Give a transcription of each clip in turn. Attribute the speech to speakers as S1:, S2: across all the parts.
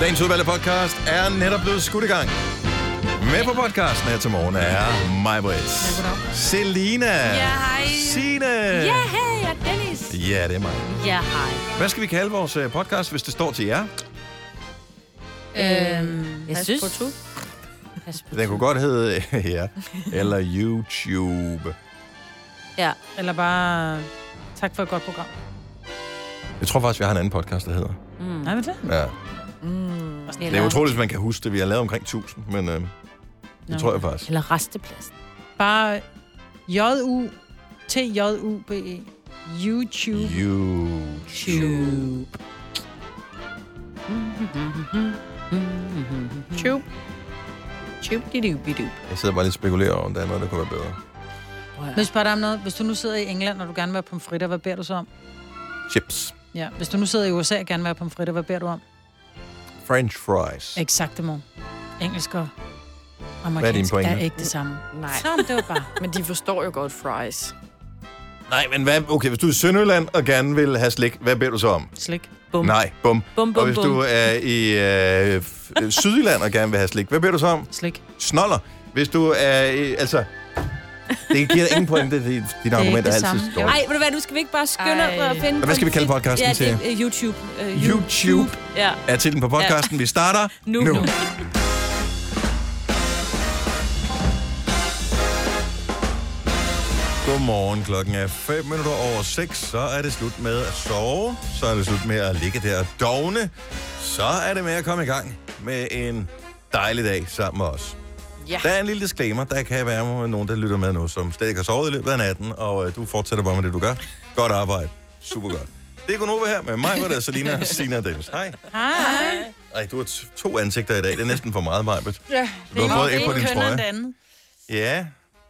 S1: Dagens udvalgte podcast er netop blevet skudt i gang. Med på podcasten her til morgen er mig, Britt. Selina.
S2: Ja, hej.
S1: Signe.
S2: Ja, hej, jeg er Dennis.
S1: Ja, det er mig.
S2: Ja, hej.
S1: Hvad skal vi kalde vores øh, podcast, hvis det står til jer?
S2: Øhm, jeg synes...
S1: Den kunne godt hedde ja, eller YouTube.
S2: Ja.
S3: Eller bare tak for et godt program.
S1: Jeg tror faktisk, vi har en anden podcast, der hedder.
S3: Mm. Nej, men det?
S1: Ja. Det
S2: Eller,
S1: er utroligt, hvis man kan huske det. Vi har lavet omkring 1000, men øh, det
S3: Nå.
S1: tror jeg faktisk.
S2: eller restepladsen.
S3: Bare J-U-T-J-U-B-E. E. YouTube.
S1: YouTube.
S3: Tube.
S2: Tjubidubidu.
S1: Jeg sidder bare lidt og spekulerer over, om der er noget, der kunne være bedre.
S3: Nu spørger jeg dig om noget. Hvis du nu sidder i England, og du gerne vil have pomfritter, hvad beder du så om?
S1: Chips.
S3: Ja. Hvis du nu sidder i USA og gerne vil have pomfritter, hvad beder du om?
S1: French fries.
S3: Exakt imod. Engelsk og
S1: Hvad er din
S3: amerikansk
S1: pointe?
S3: er ikke det samme.
S4: Nej.
S3: Så det var bare.
S4: Men de forstår jo godt fries.
S1: Nej, men hvad? Okay, hvis du er i Sønderjylland og gerne vil have slik, hvad beder du så om?
S3: Slik.
S2: Bum.
S1: Nej, bum.
S2: Bum,
S1: og
S2: bum,
S1: hvis
S2: bum.
S1: du er i øh, f- øh, Sydjylland og gerne vil have slik, hvad beder du så om?
S3: Slik.
S1: Snoller. Hvis du er... Øh, altså... Det giver ingen point, det, det, dit argument er
S3: det
S1: altid
S3: samme.
S1: dårligt.
S2: Ej, ved du hvad, nu skal vi ikke bare skynde
S4: Ej.
S2: Ej. at finde...
S1: Hvad skal vi kalde
S2: på-
S1: podcasten
S2: ja,
S1: til?
S2: det er, øh, YouTube. Øh,
S1: YouTube
S2: Ja.
S1: er titlen på podcasten. Vi starter
S2: Nu.
S1: nu.
S2: Nu.
S1: Godmorgen, klokken er 5 minutter over 6, så er det slut med at sove, så er det slut med at ligge der og dogne, så er det med at komme i gang med en dejlig dag sammen med os.
S4: Ja.
S1: Der er en lille disclaimer, der kan være nogen, der lytter med nu, som slet ikke har sovet i løbet af natten, og øh, du fortsætter bare med det, du gør. Godt arbejde. Super godt. Det er Gunova her med mig, hvor der er Selina, Sina og Dennis. Hej.
S3: Hej.
S1: Ej, du har t- to ansigter i dag. Det er næsten for meget, Majbet.
S3: Ja,
S1: Du har fået et på din
S3: køn
S1: trøje.
S3: og det andet.
S1: Ja.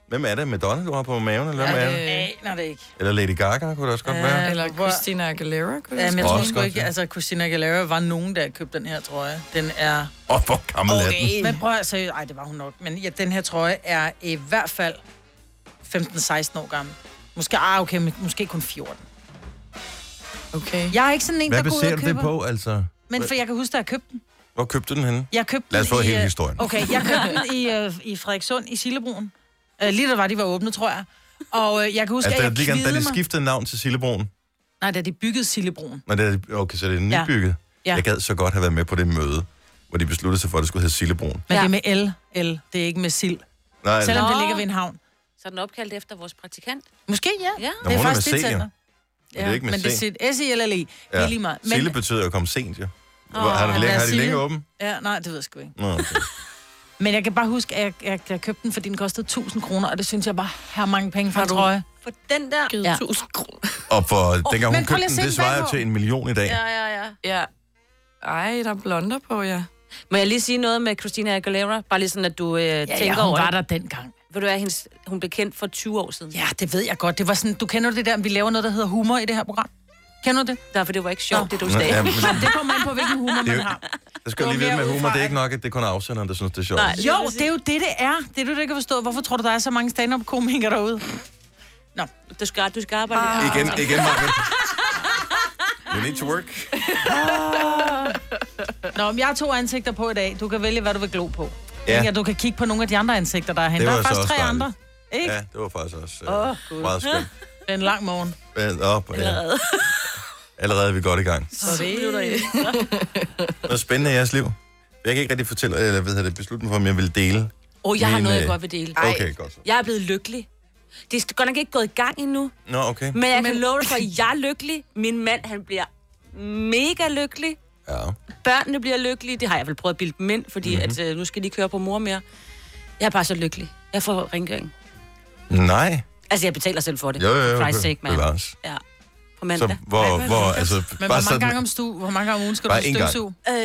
S1: Hvem er det? Madonna, du har på maven? Eller, ja, det...
S3: Jeg aner det ikke.
S1: eller Lady Gaga kunne det også godt
S3: Ja.
S1: være.
S4: Eller
S3: Hvor-
S4: Christina Aguilera, kunne
S3: Ja,
S4: det
S3: men jeg
S1: Også
S3: tror sgu
S1: godt,
S3: ikke,
S1: ja.
S3: altså Christina Aguilera var nogen, der købte den her trøje. Den er...
S1: Åh, oh, hvor gammel okay. er den?
S3: Men prøv at se, ej, det var hun nok. Men ja, den her trøje er i hvert fald 15-16 år gammel. Måske, ah, okay, men måske kun 14.
S4: Okay.
S3: Jeg er ikke sådan en,
S1: Hvad
S3: der går ud
S1: baserer
S3: og
S1: du det
S3: køber.
S1: på, altså?
S3: Men for jeg kan huske, at jeg købte den.
S1: Hvor købte du den henne?
S3: Jeg købte
S1: Lad os
S3: den
S1: få
S3: i,
S1: hele
S3: øh,
S1: historien.
S3: Okay, jeg købte den i, øh, i Frederikssund i Sillebroen. Øh, lige da var, de var åbne, tror jeg. Og øh, jeg kan huske,
S1: Altså,
S3: altså,
S1: da,
S3: at
S1: lige, da
S3: jeg
S1: de
S3: kvidede mig.
S1: skiftede navn til Sillebroen.
S3: Nej, da de byggede Sillebroen.
S1: Nå, det er, okay, så det er nybygget. Ja.
S3: Ja.
S1: Jeg gad så godt have været med på det møde, hvor de besluttede sig for, at det skulle hedde Sillebroen.
S3: Men
S2: Ja.
S3: ja. det er med L. L. Det er ikke med sild.
S1: Nej,
S3: Selvom
S1: Nå,
S3: det
S2: Nå.
S3: ligger ved en havn.
S2: Så er den opkaldt efter vores praktikant.
S3: Måske, ja.
S2: Ja.
S1: hun er med C, jo.
S3: tænder.
S1: er
S3: Ja,
S1: ikke med
S3: men det
S1: C.
S3: er sit
S2: E.
S3: S-I-L-L-E. Ja. Det er lige meget.
S1: Men... Sille betyder jo at komme sent, jo. Oh,
S2: Åh,
S1: har, de
S3: han
S1: længe,
S3: er
S1: har de
S3: Sille.
S1: længe åben?
S3: Ja, nej, det ved jeg sgu ikke.
S1: Nå, okay.
S3: Men jeg kan bare huske, at jeg, jeg, jeg købte den, fordi den kostede 1000 kroner, og det synes jeg bare har mange penge for en trøje.
S2: For den der...
S3: Ja.
S4: 1000 kroner.
S1: Og for dengang hun
S3: men prøv lige
S1: købte den,
S3: at se
S1: det
S3: den
S1: svarer jo
S3: bagpå.
S1: til en million i dag.
S2: Ja, ja, ja.
S4: Ja. Ej, der er blonder på, ja.
S2: Må jeg lige sige noget med Christina Aguilera? Bare lige sådan, at du øh, ja, tænker over det.
S3: der dengang.
S2: Ved du hvad, hendes, hun blev kendt for 20 år siden.
S3: Ja, det ved jeg godt. Det var sådan, du kender det der, vi laver noget, der hedder humor i det her program. Kender du det?
S2: Derfor det var ikke sjovt, det du
S1: Nå,
S2: sagde.
S1: ja, men
S3: Det kommer an på, hvilken humor
S1: Det er
S3: man
S1: jo-
S3: har.
S1: der skal jeg lige
S3: Det
S1: vide med
S3: var mere
S1: humor.
S3: udefra,
S1: Det er ikke nok, at det kun er afsenderen, der synes, det er sjovt.
S2: Nej.
S3: Jo, det er jo det, det er. Det er du, der ikke kan forstå. Hvorfor tror du, der er så mange stand-up-komikere derude?
S2: Du skal, du skal arbejde ah.
S1: Igen, igen, Marvind. You need to work.
S3: Ah. Nå, men jeg har to ansigter på i dag. Du kan vælge, hvad du vil glo på.
S1: Ja.
S3: Ja. Ikke? Og du kan kigge på nogle af de andre ansigter, der er
S1: Det
S3: henne. Der
S1: var
S3: er
S1: så
S3: faktisk
S1: også
S3: tre
S1: dejligt.
S3: andre. Ikke?
S1: Ja,
S3: Ja.
S1: det var faktisk også øh, meget skønt.
S3: Det er en lang morgen.
S1: Men op, ja. Allerede er vi godt i gang. Noget spændende i jeres liv. Jeg kan ikke rigtig fortælle, eller ved jeg det, beslutte mig for, om jeg vil dele.
S2: Åh, oh, jeg har
S1: Men,
S2: noget,
S1: øh,
S2: jeg godt vil dele.
S1: Okay, godt så.
S2: Jeg er blevet lykkelig. Det er godt nok ikke gået i gang endnu,
S1: Nå, okay.
S2: men jeg men... kan love dig for, at jeg er lykkelig. Min mand, han bliver mega lykkelig.
S1: Ja.
S2: Børnene bliver lykkelige. Det har jeg vel prøvet at bilde dem ind, fordi mm-hmm. at, øh, nu skal de køre på mor mere. Jeg er bare så lykkelig. Jeg får rengøring.
S1: Nej.
S2: Altså, jeg betaler selv for det.
S1: Jo, jo, jo.
S2: For Christ's
S1: be-
S2: sake, man.
S1: bevares.
S2: Ja. På
S1: Så
S2: mandag.
S1: hvor, hvor, altså,
S3: Men
S1: bare
S3: hvor mange,
S1: sådan,
S3: gange om stu, hvor mange gange om ugen skal
S1: Bare
S3: du
S1: én gang.
S3: støvsuge?
S2: Øh, ej,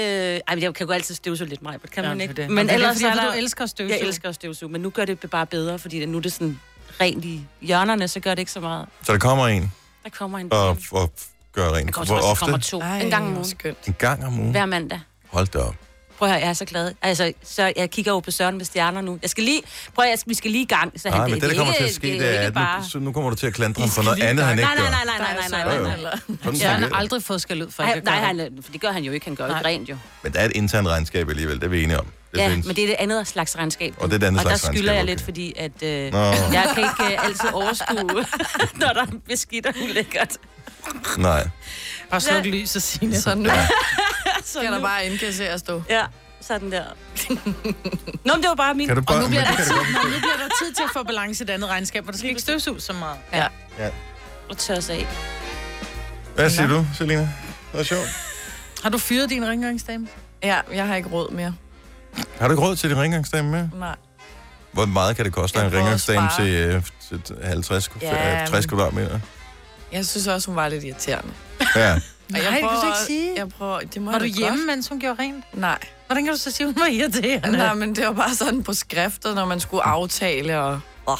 S2: men jeg kan jo altid støvsuge lidt mig, kan
S3: Ja,
S2: man
S3: det er
S2: ikke?
S3: det.
S2: Men
S3: Men det er
S2: ellers
S3: fordi,
S2: er
S3: du
S2: der...
S3: elsker at støvsuge.
S2: Jeg elsker at støvsuge, men nu gør det bare bedre, fordi nu er det sådan rent i hjørnerne, så gør det ikke så meget.
S1: så der kommer en
S2: Der kommer en...
S1: og, og gør
S2: Der
S1: rent.
S2: kommer,
S1: Hvor
S2: også, der
S1: ofte?
S2: kommer to. en gang om ugen.
S4: skønt.
S1: En gang om ugen.
S2: Hver mandag.
S1: Hold da op.
S2: Prøv prøv at høre, jeg er så glad. Altså, så jeg kigger jo på Søren med stjerner nu. Jeg skal lige, prøv at høre, vi skal lige i gang. Så
S1: Nej, men det, der
S2: er
S1: kommer til
S2: ikke-
S1: at ske,
S2: er
S1: det er,
S2: ikke
S1: at
S2: bare-
S1: nu, så nu kommer du til at klandre ham for noget andet, han ikke
S2: Nej, nej, nej, nej, nej, nej, nej,
S1: Jo, jo.
S2: nej.
S1: gør. Sådan
S3: Søren har
S1: fungerer det.
S3: aldrig fået skal ud for,
S2: Nej,
S3: ikke
S2: nej,
S3: at gøre det.
S2: han, for det gør han jo ikke. Han gør jo ikke rent, jo.
S1: Men der er et internt regnskab alligevel, det er vi enige om. Det
S2: Ja, men det er det andet slags regnskab.
S1: Og det er et andet
S2: og
S1: slags
S2: der skylder
S1: regnskab,
S2: jeg
S1: okay.
S2: lidt, fordi at, øh,
S1: Nå.
S2: jeg kan ikke øh, altid overskue, når der er beskidt og ulækkert.
S1: Nej.
S3: Bare sluk lyset, Signe.
S4: Så nu
S2: Så
S4: skal der
S2: nu-
S4: bare indkasseres, du.
S2: Ja, sådan der. Nå, men det var bare min...
S1: Kan du
S3: Og
S1: bare...
S3: nu bliver,
S1: men
S3: der
S1: det kan
S3: tid,
S1: du godt
S3: nu bliver der tid til at få balance i det andet regnskab, og der skal ikke støves ud så meget.
S4: Ja.
S2: Og tørres af.
S1: forstå. Hvad siger du, Selina? Det er sjovt.
S3: Har du fyret din rengøringsdame?
S4: Ja, jeg har ikke råd mere.
S1: Har du ikke råd til din rengøringsdame med?
S4: Nej.
S1: Hvor meget kan det koste
S4: Jeg
S1: en
S4: prøver at
S1: rengøringsdame
S4: spare.
S1: til, øh, til 50,
S4: Ja,
S1: ja, 60
S4: men-
S1: kvadratmeter?
S4: Jeg synes også, hun var lidt irriterende.
S1: Ja.
S4: Og jeg
S3: Nej, det kan du
S4: prøver-
S3: ikke sige.
S4: Jeg prøver, det må
S3: Var
S4: jeg
S3: du
S4: da
S3: hjemme, mens hun gjorde rent?
S4: Godt. Nej.
S3: Hvordan kan du så sige, hun var irriterende?
S4: Nej, men det var bare sådan på skrifter, når man skulle aftale og... Oh.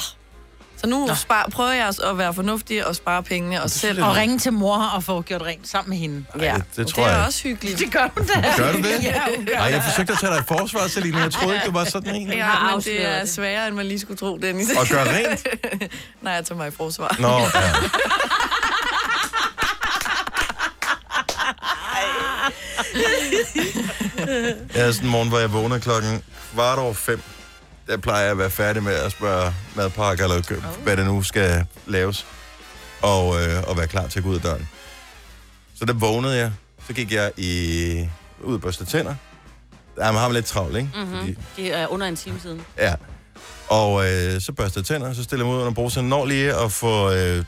S4: Så nu spar, prøver jeg også at være fornuftig og spare pengene og selv...
S3: Og ringe til mor og få gjort rent sammen med hende.
S4: ja.
S1: det tror
S4: det er
S1: jeg ikke.
S4: også hyggeligt.
S3: Det gør hun da.
S1: Gør du det?
S3: Ja, hun gør
S1: Ej, jeg forsøgte at tage dig i forsvar, Selina. Jeg troede ikke, du var sådan en.
S2: har
S4: Ja, men det
S2: afsløret
S4: er
S2: det.
S4: sværere, end man lige skulle tro, Dennis.
S1: Og gøre rent?
S4: Nej, jeg tager mig i forsvar.
S1: Nå, ja. Jeg havde sådan en morgen, hvor jeg vågnede klokken kvart over fem. Der plejer jeg at være færdig med at spørge madpakke, eller kø- hvad det nu skal laves. Og, øh, og være klar til at gå ud af døren. Så der vågnede jeg. Så gik jeg i, ud og børste tænder. Der har man lidt travlt, ikke?
S3: Mhm.
S1: Mm-hmm. Fordi
S2: Mhm. Det er under en time siden.
S1: Ja. Og øh, så børster jeg tænder, så stiller jeg mig ud under bruseren. Når lige at få... Øh, selvom jeg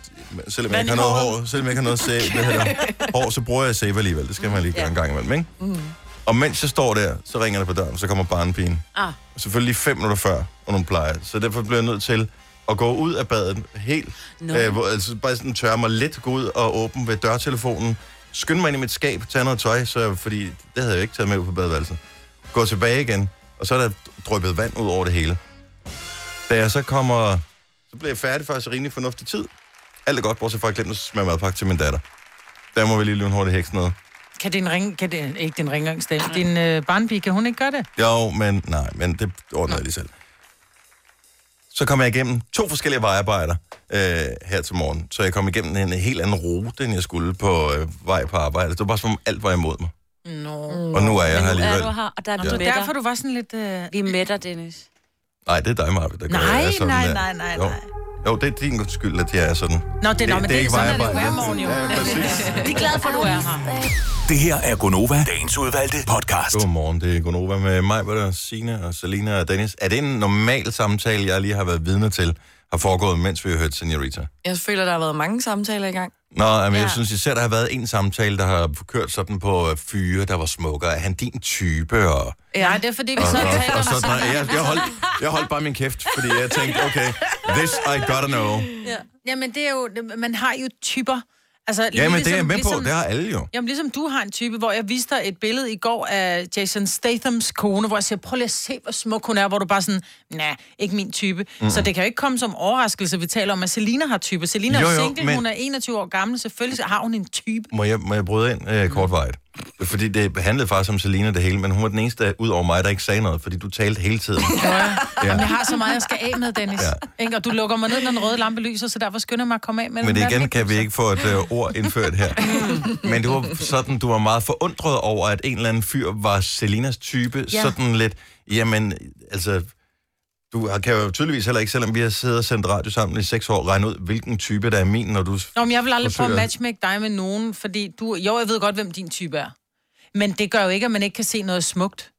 S3: Vand
S1: ikke
S3: i
S1: har noget
S3: håret.
S1: hår, selvom jeg ikke har noget sæbe, det hedder, hår, så bruger jeg sæbe alligevel. Det skal man lige gøre
S2: Ja.
S1: en gang imellem, ikke?
S3: Mm.
S2: Ah.
S1: Og mens jeg står der, så ringer det på døren, så kommer barnepigen.
S2: Ah,
S1: Selvfølgelig lige fem minutter før, og hun plejer. Så derfor bliver jeg nødt til at gå ud af badet helt.
S2: Nå.
S1: Øh, hvor, altså bare sådan tørre mig lidt, gå ud og åbne ved dørtelefonen. Skynde mig ind i mit skab, tage noget tøj, så, fordi det havde jeg jo ikke taget med ud på badeværelset. Gå tilbage igen, og så er der dryppet vand ud over det hele. Da jeg så kommer, så bliver jeg færdig faktisk i rimelig fornuftig tid. Alt er godt, bortset fra at jeg glemte at smage madpakke til min datter. Der må vi lige løbe en hurtig heks ned.
S3: Kan din ring, kan din, ikke din rengøringsdame, din øh, barnpige, kan hun ikke gøre det?
S1: Jo, men nej, men det ordnede jeg lige selv. Så kom jeg igennem to forskellige vejarbejder øh, her til morgen. Så jeg kom igennem en helt anden rute, end jeg skulle på øh, vej på arbejde. Det var bare som om alt var imod mig.
S3: Nå.
S1: Og nu er jeg her
S2: nu er
S1: alligevel.
S2: du her, og der er du
S3: Det var
S2: med
S3: derfor,
S2: dig.
S3: du var sådan lidt... Øh...
S2: Vi er med dig, Dennis.
S1: Nej, det er dig, Marve, der gør
S3: Nej,
S1: jeg er sådan
S3: nej,
S1: der.
S3: nej, nej,
S1: Jo.
S3: nej.
S1: jo, det er din skyld, at jeg er sådan.
S3: Nå, det, det, nå, men det, det er ikke sådan, at det er
S1: vejarbejde.
S3: hver morgen, jo.
S1: Ja, præcis.
S2: Vi er glade for, at du er her.
S5: Det her er Gonova, dagens udvalgte podcast.
S1: Godmorgen, det er Gunova med mig, hvor der Signe og Selina og Dennis. Er det en normal samtale, jeg lige har været vidne til, har foregået, mens vi har hørt Senorita?
S4: Jeg føler, der har været mange samtaler i gang.
S1: Nå, men ja. jeg
S4: Ja.
S1: synes især, der har været en samtale, der har kørt sådan på øh, fyre, der var smukkere. Er han din type? Og,
S3: Nej, det er fordi, vi så
S1: og, og,
S3: taler
S1: og
S3: med
S1: sådan, noget. jeg, jeg, holdt, jeg holdt bare min kæft, fordi jeg tænkte, okay, this I gotta know.
S3: Jamen, det er jo... Man har jo typer. Altså,
S1: Jamen, det er jeg med på. Det har alle jo.
S3: Jamen, ligesom du har en type, hvor jeg viste dig et billede i går af Jason Stathams kone, hvor jeg siger, prøv lige at se, hvor smuk hun er, hvor du bare sådan, nej, ikke min type. Mm. Så det kan jo ikke komme som overraskelse, vi taler om, at Selina har type. Selina
S1: Jo,
S3: er
S1: jo,
S3: single,
S1: men-
S3: men... hun er 21 år gammel, selvfølgelig har hun en type.
S1: Må jeg, må jeg bryde ind øh, kortvarigt? Fordi det handlede faktisk om Selina det hele, men hun var den eneste ud over mig, der ikke sagde noget, fordi du talte hele tiden.
S3: Ja. Jamen, jeg har så meget, jeg skal af med, Dennis.
S1: Ja.
S3: Ja. Ikke? Og du lukker mig ned, når den røde lampe lyser, så derfor skynder jeg mig at komme af med den.
S1: Men det
S3: Hvad er
S1: igen kan vi ikke få et øh, ord indført her. Men det var sådan, du var meget forundret over, at en eller anden fyr var Selinas type. Ja.
S3: Ja.
S1: Sådan lidt, jamen, altså, du har- kan jo tydeligvis heller ikke, selvom vi har siddet og sendt radio sammen i seks år, regne ud, hvilken type der er min, når du...
S3: Nå, men jeg vil aldrig prøve at
S1: forsøger.
S3: matchmake dig med nogen, fordi du... Jo, jeg ved godt, hvem din type er. Men det gør jo ikke, at man ikke kan se noget smukt.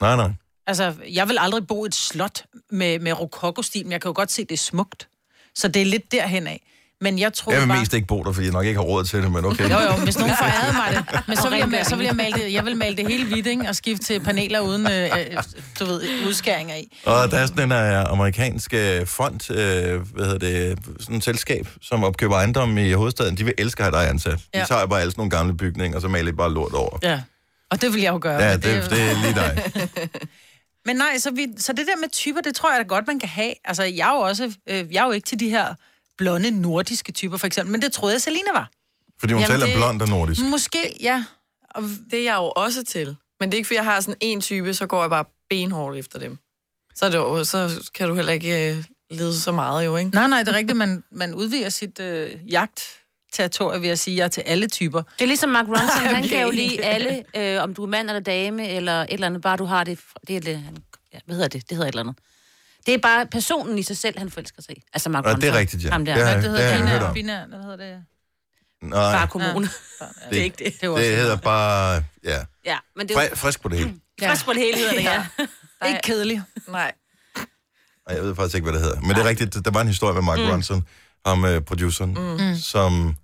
S1: Nej, nej.
S3: Altså, jeg vil aldrig bo i et slot med, med rokokostil, men jeg kan jo godt se, det er smukt. Så det er lidt derhen af. Men jeg tror
S1: Jeg vil
S3: bare...
S1: mest ikke bo der, fordi jeg nok ikke har råd til det, men okay.
S3: Jo, jo, men hvis nogen forærede mig det, men så vil jeg, ma- så vil jeg, male, det, jeg vil male det hele hvidt, ikke? og skifte til paneler uden, øh, øh, du ved, udskæringer i.
S1: Og der er sådan en uh, amerikansk uh, fond, uh, hvad hedder det, sådan et selskab, som opkøber ejendomme i hovedstaden. De vil elske at have dig ansat. De
S3: Ja.
S1: tager bare alle sådan nogle gamle bygninger, og så maler de bare lort over.
S3: Ja. Og det vil jeg jo gøre.
S1: Ja,
S3: men er
S1: det,
S3: jo-
S1: det er lige dig.
S3: Men nej, så, vi, så det der med typer, det tror jeg da godt, man kan have. Altså, jeg er jo, også, øh, jeg er jo ikke til de her blonde nordiske typer, for eksempel. Men det troede jeg, Selina var.
S1: Fordi hun
S4: Jamen,
S1: selv er
S4: det-
S1: blond og nordisk.
S3: Måske, ja.
S4: Og det er jeg jo også til. Men det er ikke, fordi jeg har sådan en type, så går jeg bare benhårdt efter dem. Så, er det jo, så kan du heller ikke øh, lede så meget jo, ikke?
S3: Nej, nej, det er rigtigt. Man, man udvider sit øh, jagt territorie ved at sige, jeg er til alle typer.
S2: Det er ligesom Mark Ronson, han kan jo lide alle, øh, om du er mand eller dame, eller et eller andet, bare du har det, det er lidt, han- ja, hvad hedder det, det hedder et eller andet. Det er bare personen i sig selv, han forelsker sig i. Altså Mark
S1: Ja, det er
S2: Ronson.
S1: rigtigt, ja.
S2: Ham der.
S1: Det er-
S2: Ja.
S3: Hvad det hedder
S1: har jeg
S3: det?
S1: hørt
S3: Binær,
S1: om.
S3: binær, hvad hedder det?
S1: Nej,
S2: Bare kommune. Det er ikke det.
S3: Det, var
S1: det hedder bare... Ja,
S2: Ja, men det er jo Mm.
S1: Fri, frisk på det hele.
S3: Ja.
S2: frisk på det hele, hedder det, ja.
S3: ikke kedeligt.
S4: Nej.
S1: Ej, Jeg ved faktisk ikke, hvad det hedder. Men det er rigtigt, der var en historie med Mark mm. Ronson, om øh, produceren, mm. som...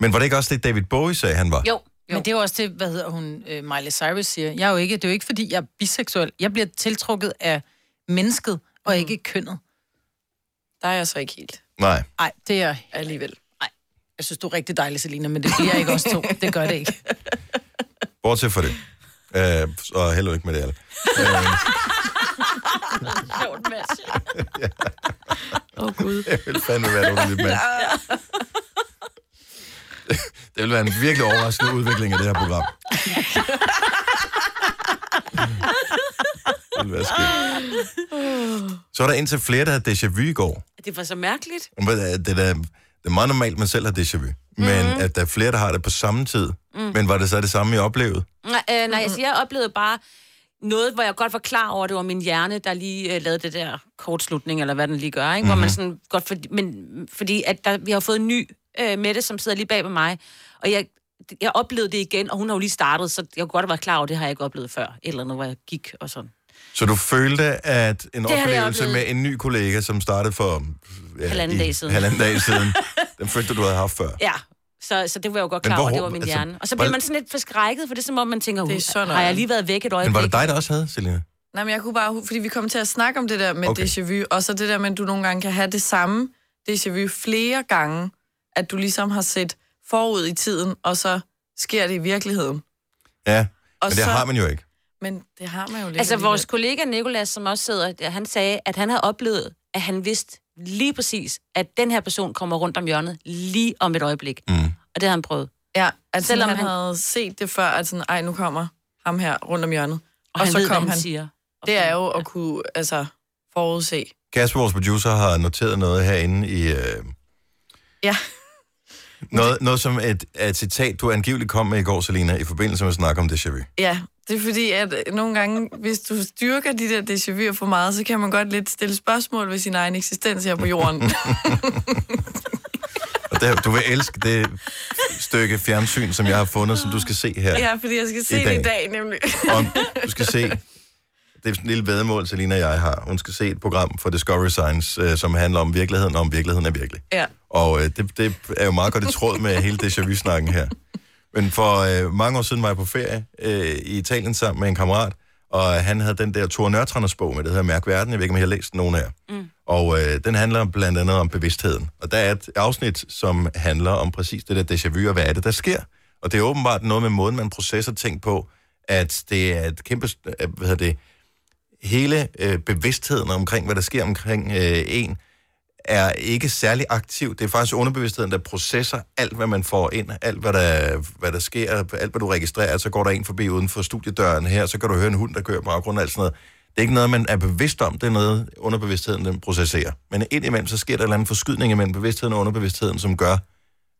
S1: Men var det ikke også det, David Bowie sagde, han var?
S2: Jo, jo.
S3: Men det er jo også det, hvad hedder hun, øh, Miley Cyrus siger. Jeg er jo ikke, det er jo ikke, fordi jeg er biseksuel. Jeg bliver tiltrukket af mennesket, og ikke kønnet.
S4: Der er jeg så ikke helt
S1: Nej.
S3: Nej, det er...
S4: alligevel.
S3: Jeg synes, du er rigtig dejlig, Selina, men det bliver ikke også to. Det gør det ikke.
S1: Bortset fra det. Øh, og held og lykke med det, alle.
S4: Åh, oh, Gud.
S1: Det ville fandme være noget lidt mand. Det ville være en virkelig overraskende udvikling af det her program. Det ville være skægt. Så er der indtil flere, der har déjà vu i går.
S2: Det var så mærkeligt.
S1: Men Det er, det er, da- det er meget normalt, man selv har déjà vu. Men mm-hmm. at der er flere, der har det på samme tid. Mm. Men var det så det samme, I oplevede?
S2: Nej, øh, nej altså, jeg oplevede bare noget, hvor jeg godt var klar over, at det var min hjerne, der lige øh, lavede det der kortslutning, eller hvad den lige gør, ikke? Hvor
S1: Mm-hmm.
S2: man sådan godt... For, men, fordi at der, vi har fået en ny øh, Mette, som sidder lige bag ved mig, og jeg, jeg oplevede det igen, og hun har jo lige startet, så jeg kunne godt være klar over, at det har jeg ikke oplevet før, et eller andet, hvor jeg gik og sådan.
S1: Så du følte, at en
S2: har jeg
S1: oplevelse med
S2: oplevet.
S1: en ny kollega, som startede for... Ja,
S2: Halvanden
S1: i
S2: dag siden.
S1: Halvanden dag siden. Den følte du, havde haft før.
S2: Ja, så, så det var jeg jo godt
S1: Men
S2: klar over,
S1: hvor-
S2: det var min
S1: altså,
S2: hjerne. Og så
S1: hvor-
S2: bliver man sådan lidt forskrækket, for det er som om, man tænker,
S4: Det er
S2: "Uh,
S4: sådan
S2: har jeg
S4: noget."
S2: lige været væk et øjeblik?
S1: Men var det dig, der også havde, Selina?
S4: Nej, men jeg kunne bare... hu- Fordi vi kom til at snakke om det der med
S1: Okay.
S4: okay. déjà vu, og så det der med, at du nogle gange kan have det samme déjà vu flere gange, at du ligesom har set forud i tiden, og så sker det i virkeligheden.
S1: Ja,
S4: Og
S1: men det
S4: så,
S1: har man jo ikke.
S4: Men det har man jo lidt
S2: Altså,
S4: alligevel.
S2: vores kollega Nikolas, som også sidder, der, han sagde, at han havde oplevet, at han vidste lige præcis, at den her person kommer rundt om hjørnet lige om et øjeblik. Mm. Og det har han prøvet.
S4: Ja, at Selvom
S2: Selvom
S4: han,
S2: han-
S4: han havde set det før, altså- at sådan, ej, nu kommer ham her rundt om hjørnet. Og, og
S2: Og, og han
S4: så
S2: ved,
S4: kom
S2: hvad han,
S4: han.
S2: siger. Og
S4: Det
S2: sådan.
S4: er jo at kunne altså, forudse.
S1: Kasper, vores producer, har noteret noget herinde i... Øh,
S4: Ja.
S1: noget, noget som et, et citat, du angiveligt kom med i går, Selina, i forbindelse med at snakke om déjà vu.
S4: Ja, det er fordi, at øh, nogle gange, hvis du styrker de der déjà vu'er for meget, så kan man godt lidt stille spørgsmål ved sin egen eksistens her på jorden.
S1: Og det, du vil elske det stykke fjernsyn, som jeg har fundet, som du skal se her.
S4: ja, fordi jeg skal se
S1: I
S4: I det
S1: dag.
S4: i dag, nemlig.
S1: Om, du skal se... Det er sådan en lille vedmål, Selina og jeg har. Hun skal se et program for Discovery Science, øh, som handler om virkeligheden, og om virkeligheden er virkelig.
S4: ja.
S1: Og øh, det, det er jo meget godt i tråd med hele déjà vu-snakken her. Men for øh, mange år siden var jeg på ferie øh, i Italien sammen med en kammerat, og han havde den der Tor Nørtranders bog med, det hedder Mærk Verden, jeg ved ikke, om jeg har læst nogen af jer. Mm. Og øh, den handler blandt andet om bevidstheden. Og der er et afsnit, som handler om præcis det der déjà vu, og hvad er det, der sker. Og det er åbenbart noget med måden, man processer ting på, at det er et kæmpe, øh, hvad hedder det, hele øh, bevidstheden omkring, hvad der sker omkring øh, en, er ikke særlig aktiv. Det er faktisk underbevidstheden, der processer alt, hvad man får ind, alt, hvad der, hvad der sker, alt, hvad du registrerer. Så går der en forbi uden for studiedøren her, så kan du høre en hund, der kører på baggrunden og alt sådan noget. Det er ikke noget, man er bevidst om. Det er noget, underbevidstheden den processerer. Men indimellem, så sker der en eller anden forskydning imellem bevidstheden og underbevidstheden, som gør, at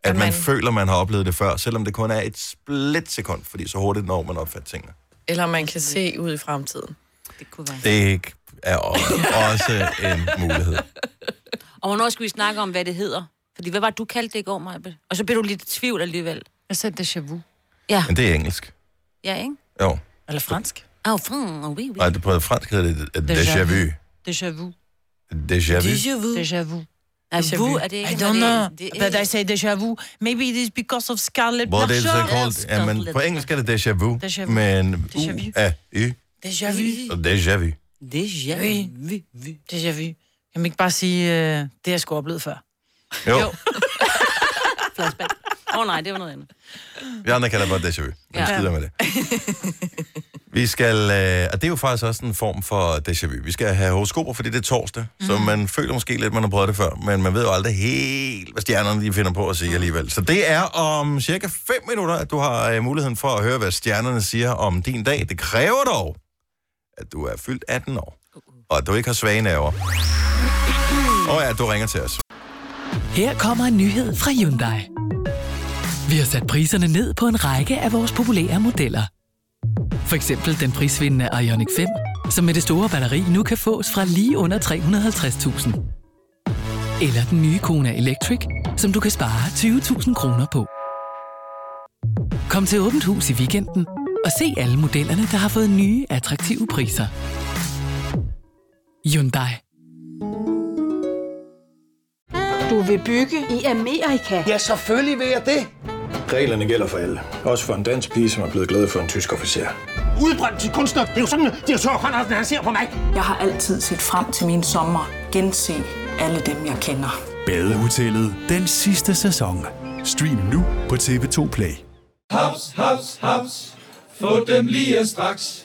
S1: man, man
S4: man-
S1: føler, man har oplevet det før, selvom det kun er et split sekund, fordi så hurtigt når man opfatter tingene.
S4: Eller man kan se ud i fremtiden.
S2: Det kunne være.
S1: Det er også en mulighed.
S2: Og hvornår skal vi snakke om, hvad det hedder? Fordi hvad var det, du kaldte det i går, Maja? Og så blev du lidt i tvivl alligevel.
S3: Jeg sagde déjà vu.
S1: Men det er engelsk.
S2: Ja, ikke?
S1: Jo.
S3: Eller fransk.
S2: Au, fun, au, oui, oui.
S1: Nej, det på fransk hedder det øh, déjà vu.
S3: Déjà vu.
S1: Déjà vu.
S4: Déjà vu.
S3: Déjà vu.
S2: Nej,
S4: déjà
S2: vu
S4: vu.
S2: er det ikke.
S3: I
S2: men
S3: don't know,
S2: det, det,
S3: but I say déjà vu. Maybe it is because of Scarlett
S1: Hvor det er så
S3: Borchardt.
S1: called? Ja, men på engelsk er det déjà vu,
S3: Déjà vu.
S1: men
S3: Déjà
S1: u
S3: vu.
S1: er y
S3: Déjà vu.
S1: og déjà vu.
S2: Déjà vu. vu.
S3: Déjà vu. Kan man ikke bare sige, øh, det har jeg sgu oplevet før?
S1: Jo,
S2: Jo. Flashback. Åh oh, nej, det var noget andet.
S1: vi andre kalder det bare déjà vu. Men
S2: Ja.
S1: skider med det. Vi skal, øh, og det er jo faktisk også en form for déjà vu. Vi skal have horoskoper, fordi det er torsdag, mm. så man føler måske lidt, man har prøvet det før, men man ved jo aldrig helt, hvad stjernerne lige finder på at sige alligevel. Så det er om cirka 5 minutter, at du har øh, muligheden for at høre, hvad stjernerne siger om din dag. Det kræver dog, at du er fyldt 18 år, og at du ikke har svage nerver. Og ja, du ringer til os.
S6: Her kommer en nyhed fra Hyundai. Vi har sat priserne ned på en række af vores populære modeller. For eksempel den prisvindende Ioniq 5, som med det store batteri nu kan fås fra lige under 350.000. Eller den nye Kona Electric, som du kan spare 20.000 kroner på. Kom til Åbent Hus i weekenden og se alle modellerne, der har fået nye, attraktive priser. Hyundai.
S7: Du vil bygge i Amerika?
S8: Ja, selvfølgelig vil jeg det.
S9: Reglerne gælder for alle. Også for en dansk pige, som er blevet glad for en tysk officer.
S8: Udbrøndt til kunstner. Det er jo sådan, at de har han ser på mig.
S10: Jeg har altid set frem til min sommer, gense alle dem, jeg kender.
S5: Badehotellet den sidste sæson. Stream nu på TV2 Play.
S11: Haps, haps, haps. Få dem lige straks.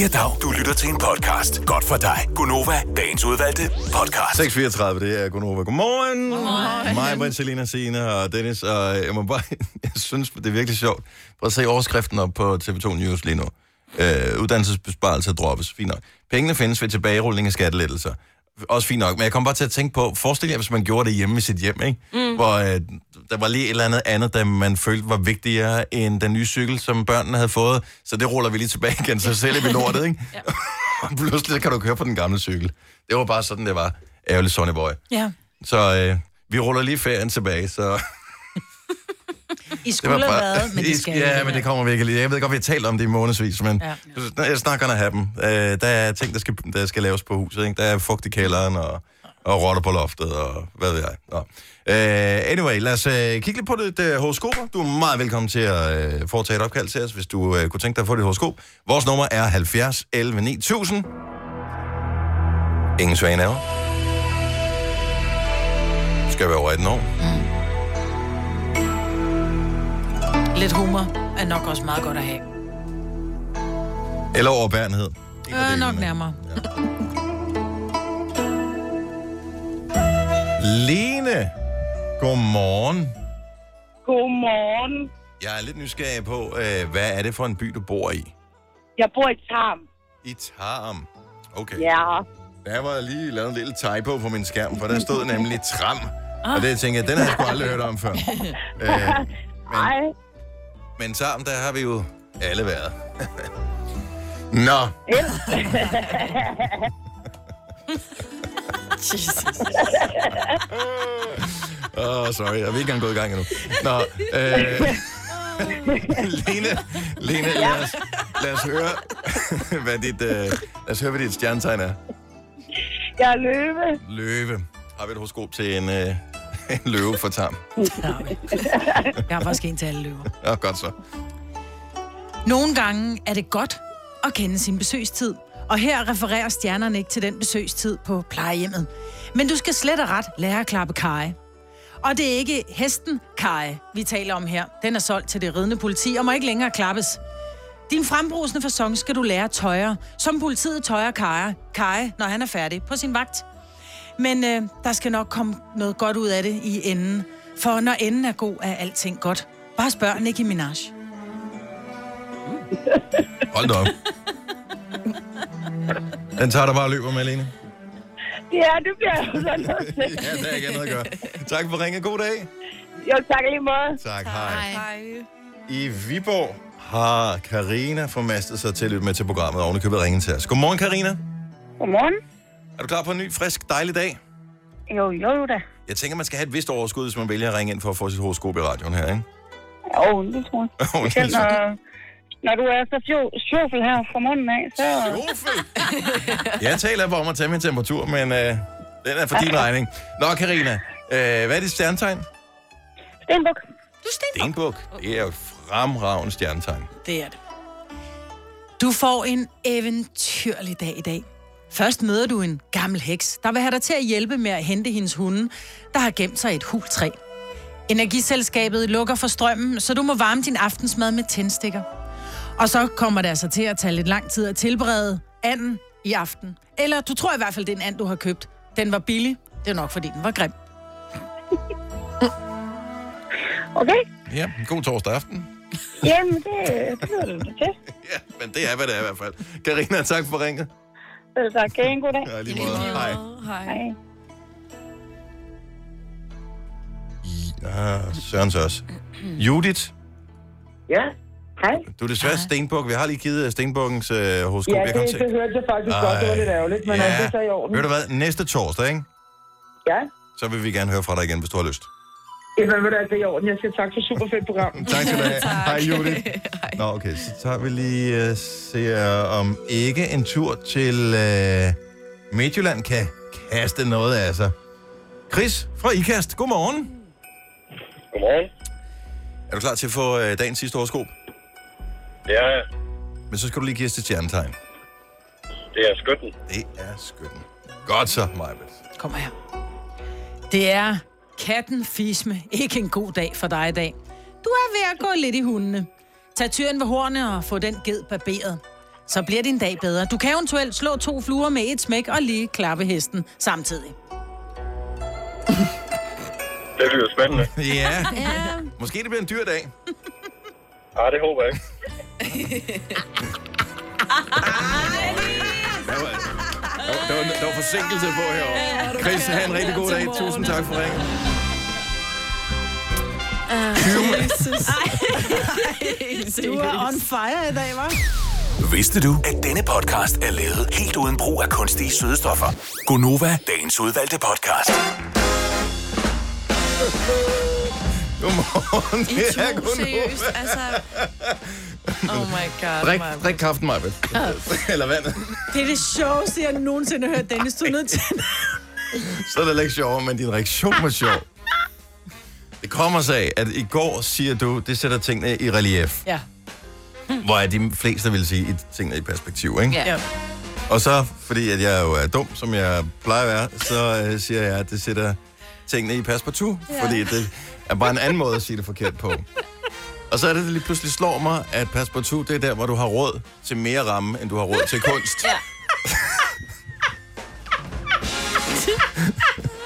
S5: Ja, dag. Du lytter til en podcast. Godt for dig. Gunova, dagens udvalgte podcast.
S1: 6.34, det er Gunova. Godmorgen! Godmorgen. Mig, Britt, Selina, Signe og Dennis. Og øh, jeg må bare, jeg synes, det er virkelig sjovt. Prøv at se overskriften op på TV2 News lige nu. Øh, uddannelsesbesparelser droppes. Fint nok. Pengene findes ved tilbagerulling af skattelettelser. Også fint nok. Men jeg kom bare til at tænke på, forestil jer, hvis man gjorde det hjemme i sit hjem, ikke? Mm. Hvor øh, der var lige et eller andet andet, der man følte var vigtigere end den nye cykel, som børnene havde fået. Så det ruller vi lige tilbage igen, så sælger vi lortet, ikke? ja. Og pludselig så kan du køre på den gamle cykel. Det var bare sådan, det var. Ærgerlig Sonny Boy.
S3: Ja.
S1: Så øh, vi ruller lige ferien tilbage, så...
S3: I skulle have været, men det skal I
S1: Ja,
S3: ikke.
S1: men det kommer vi ikke lige. Jeg ved godt, vi har talt om det i månedsvis, men
S3: Ja.
S1: ja. jeg snakker om at have dem. Øh, der er ting, der skal, der skal laves på huset. Ikke? Der er fugt i kælderen og, og rotter på loftet og hvad ved jeg. Nå. Øh, anyway, lad os øh, kigge lidt på dit øh, horoskoper. Du er meget velkommen til at øh, foretage et opkald til os, hvis du øh, kunne tænke dig at få dit horoskop. Vores nummer er 70 11 9000. Ingen svage nerver. Du skal være over 18 år.
S3: Lidt humor er nok også meget godt at have.
S1: Eller overbærenhed. En af
S3: Øh,
S1: delene.
S3: nok nærmere.
S1: Lene, godmorgen.
S12: Godmorgen.
S1: Jeg er lidt nysgerrig på, øh, hvad er det for en by, du bor i?
S12: Jeg bor i Tarm.
S1: I Tarm. Okay.
S12: Ja.
S1: Der var jeg lige lavet en lille tag på på min skærm, for der stod nemlig Tram.
S12: Ah.
S1: Og det tænker jeg, den har jeg sgu aldrig hørt om før. Øh,
S12: Hej.
S1: men Tarm, der har vi jo alle været. Nå,
S4: Jesus.
S1: oh, sorry, jeg er ikke engang gået i gang endnu. Nå, øh, Lene, Lene lad, os, lad os høre, hvad dit, øh, lad os høre, hvad dit stjernetegn er.
S12: Jeg er løve.
S1: Løve. Har vi et horoskop til en, øh, en løve for tarm?
S3: Jeg har faktisk en til alle løver.
S1: Ja, godt så.
S3: Nogle gange er det godt at kende sin besøgstid, og her refererer stjernerne ikke til den besøgstid på plejehjemmet. Men du skal slet og ret lære at klappe kaj. Og det er ikke hesten kaj, vi taler om her. Den er solgt til det ridende politi og må ikke længere klappes. Din frembrusende fasong skal du lære at tøjre, som politiet tøjer Kaja, Kaja, når han er færdig på sin vagt. Men øh, der skal nok komme noget godt ud af det i enden. For når enden er god, er alting godt. Bare spørg Nicki Minaj.
S1: Hold da op. Den tager dig bare og løber med, Lene.
S12: Ja, det bliver jeg jo sådan noget til.
S1: Ja, det er ikke andet at gøre. Tak for ringen. God dag.
S12: Jo, tak i lige måde.
S1: Tak, hej.
S4: Hej.
S1: I Viborg har Karina formastet sig til at lytte med til programmet, og hun købet ringen til os. Godmorgen, Karina.
S12: Godmorgen.
S1: Er du klar på en ny, frisk, dejlig dag?
S12: Jo, jo da.
S1: Jeg tænker, man skal have et vist overskud, hvis man vælger at ringe ind for at få sit horoskop i radioen her, ikke?
S12: Jo, det tror jeg.
S1: Jo, det
S12: Selv når Når du er så fjo- sjofel her fra munden af, så...
S1: Sjofel? Jeg taler bare om at tage min temperatur, men øh, den er for din regning. Nå, Karina, øh, hvad er dit stjernetegn?
S12: Stenbuk.
S3: Du er stenbuk.
S1: Stenbuk. Det er jo et fremragende stjernetegn.
S3: Det er det. Du får en eventyrlig dag i dag. Først møder du en gammel heks, der vil have dig til at hjælpe med at hente hendes hunde, der har gemt sig i et hultræ. Energiselskabet lukker for strømmen, så du må varme din aftensmad med tændstikker. Og så kommer det altså til at tage lidt lang tid at tilberede anden i aften. Eller du tror i hvert fald, det er en and, du har købt. Den var billig. Det er nok, fordi den var grim.
S12: Okay.
S1: Ja, god torsdag aften.
S12: Jamen, det, det lyder det til.
S1: Men det er, hvad det er i hvert fald. Karina, tak for ringet.
S12: Selv tak. Altså, Kan I have en god dag?
S1: Ja, lige måde. Hej.
S12: Hej. Hej.
S1: Ja, Sørens også. Judith,
S13: Ja, hej.
S1: du er desværre stenbuk. Vi har lige givet øh, stenbukkens øh, horoskop.
S13: Ja,
S1: Jeg kom
S13: det, det hørte jeg faktisk Ej. godt. Det var lidt ærgerligt, men ja. altså, det er så i orden.
S1: Ved du hvad, næste torsdag, ikke?
S13: Ja,
S1: Så vil vi gerne høre fra dig igen, hvis du har lyst.
S13: jamen, det er altså i orden. Jeg siger tak for super fedt program.
S1: tak skal du have. Hej, Judith. Nå, okay, så tager vi lige uh, ser om ikke en tur til uh, Midtjylland kan kaste noget af sig. Chris fra IKAST, godmorgen.
S14: Godmorgen.
S1: Er du klar til at få uh, dagens sidste horoskop?
S14: Ja,
S1: Men så skal du lige give os dit stjernetegn.
S14: det er skytten.
S1: Det er skytten. Godt så, Majbet.
S3: Kom her. Det er katten fisme. Ikke en god dag for dig i dag. Du er ved at gå lidt i hundene. Tag tyren ved hornet og få den ged barberet. Så bliver din dag bedre. Du kan eventuelt slå to fluer med et smæk og lige klappe hesten samtidig.
S14: Det lyder spændende.
S1: ja. Måske det bliver en dyr dag.
S14: Nej, Ah, det håber jeg ikke.
S1: Der var, der var, der var forsinkelse på herovre. Chris, have en rigtig god dag. Tusind tak for ringen.
S3: Du er on fire i dag, hva'?
S5: Vidste du,
S3: at
S5: denne podcast er lavet helt uden brug af kunstige sødestoffer? Gonova, dagens udvalgte podcast.
S1: Godmorgen.
S4: I
S1: Det er
S4: to,
S1: kun
S4: seriøst, altså. Oh my god,
S1: Drik,
S4: Maja.
S1: drik kaffen, Majbet. Eller vandet.
S3: Det er det sjoveste, jeg nogensinde har hørt Dennis. Du er nødt til...
S1: Så er det heller ikke sjovere, men din reaktion var sjov. Det kommer sig af, at i går siger du, det sætter tingene i relief.
S3: Ja.
S1: Hvor er de fleste vil sige, at tingene er i perspektiv, ikke?
S3: ja.
S1: Og så, fordi at jeg jo er dum, som jeg plejer at være, så øh, siger jeg, at det sætter tingene i perspektiv,
S5: Ja.
S1: ja. fordi det er bare en anden måde at sige det forkert på. Og så er det, det lige pludselig slår mig, at perspektiv, det er der, hvor du har råd til mere ramme, end du har råd til kunst.
S4: Ja.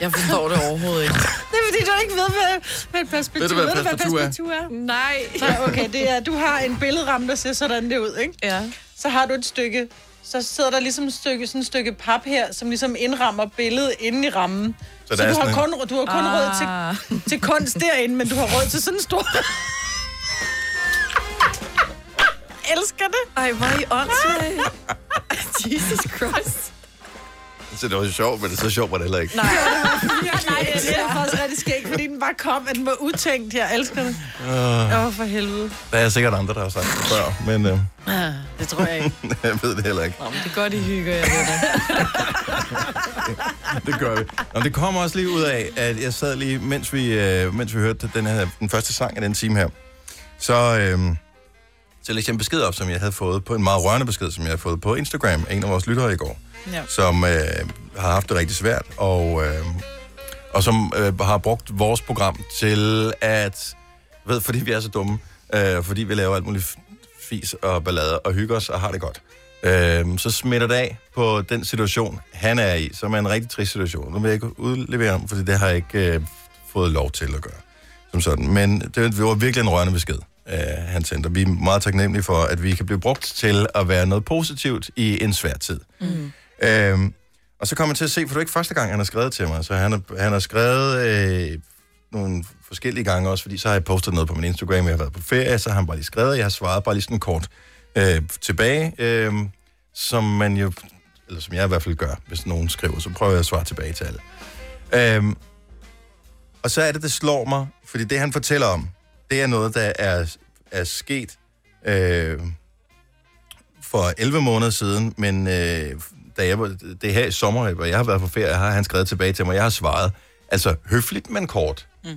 S4: Jeg forstår det overhovedet ikke.
S3: Det er fordi, du ikke ved, hvad, hvad et perspektiv
S4: Ved du, hvad et
S3: Ved
S4: perspektiv er?
S3: er? Nej. Nej, okay, det er, du har en billedramme, der ser sådan der ud, ikke? Ja. Så har du et stykke, så sidder der ligesom et stykke, sådan et stykke pap her, som ligesom indrammer billedet inde i rammen.
S1: Så
S3: Så,
S1: der
S3: så
S1: er
S3: du, har
S1: sådan en-
S3: kun, du har kun ah. råd til, til kunst derinde, men du har råd til sådan en stor... elsker det.
S4: Ej, hvor er I åndssvage. Jesus Christ.
S1: Så det var sjovt, men det så sjovt var det heller ikke.
S3: Nej, nej, det er faktisk rigtig skægt, fordi den bare kom, at den var utænkt. Jeg elsker det.
S1: Uh,
S3: Åh, oh, for helvede.
S1: der er sikkert andre, der har sagt det før, men øh,
S3: Ah, det tror jeg ikke.
S1: jeg ved det heller ikke.
S4: Nå, men det er godt, I hygger jer ved det.
S1: Det gør vi. Nå, det kommer også lige ud af, at jeg sad lige, mens vi, øh, mens vi hørte den, her, den første sang af den time her, så, øh, så læste jeg en besked op, som jeg havde fået på, en meget rørende besked, som jeg havde fået på Instagram af en af vores lyttere i går,
S5: Ja.
S1: som øh, har haft det rigtig svært, og, øh, og som øh, har brugt vores program til at, ved, fordi vi er så dumme, øh, fordi vi laver alt muligt f- fis og ballader og hygger os og har det godt. Øhm, så smitter det af på den situation, han er i, som er en rigtig trist situation. Nu vil jeg ikke udlevere ham, fordi det har jeg ikke øh, fået lov til at gøre. Som sådan. Men det var virkelig en rørende besked, øh, han sendte. Og Vi er meget taknemmelige for, at vi kan blive brugt til at være noget positivt i en svær tid.
S5: Mm.
S1: Øhm, og så kommer jeg til at se, for det er ikke første gang, han har skrevet til mig. Så han har, han har skrevet øh, nogle forskellige gange også, fordi så har jeg postet noget på min Instagram, jeg har været på ferie, så har han bare lige skrevet, og jeg har svaret bare lige sådan kort øh, tilbage, øh, som man jo, eller som jeg i hvert fald gør, hvis nogen skriver, så prøver jeg at svare tilbage til alle. Øh, og så er det, det slår mig, fordi det, han fortæller om, det er noget, der er, er sket øh, for 11 måneder siden, men øh, da jeg, var- det er her i sommer, hvor jeg har været på ferie, har han skrevet tilbage til mig, jeg har svaret, altså høfligt, men kort. Mm.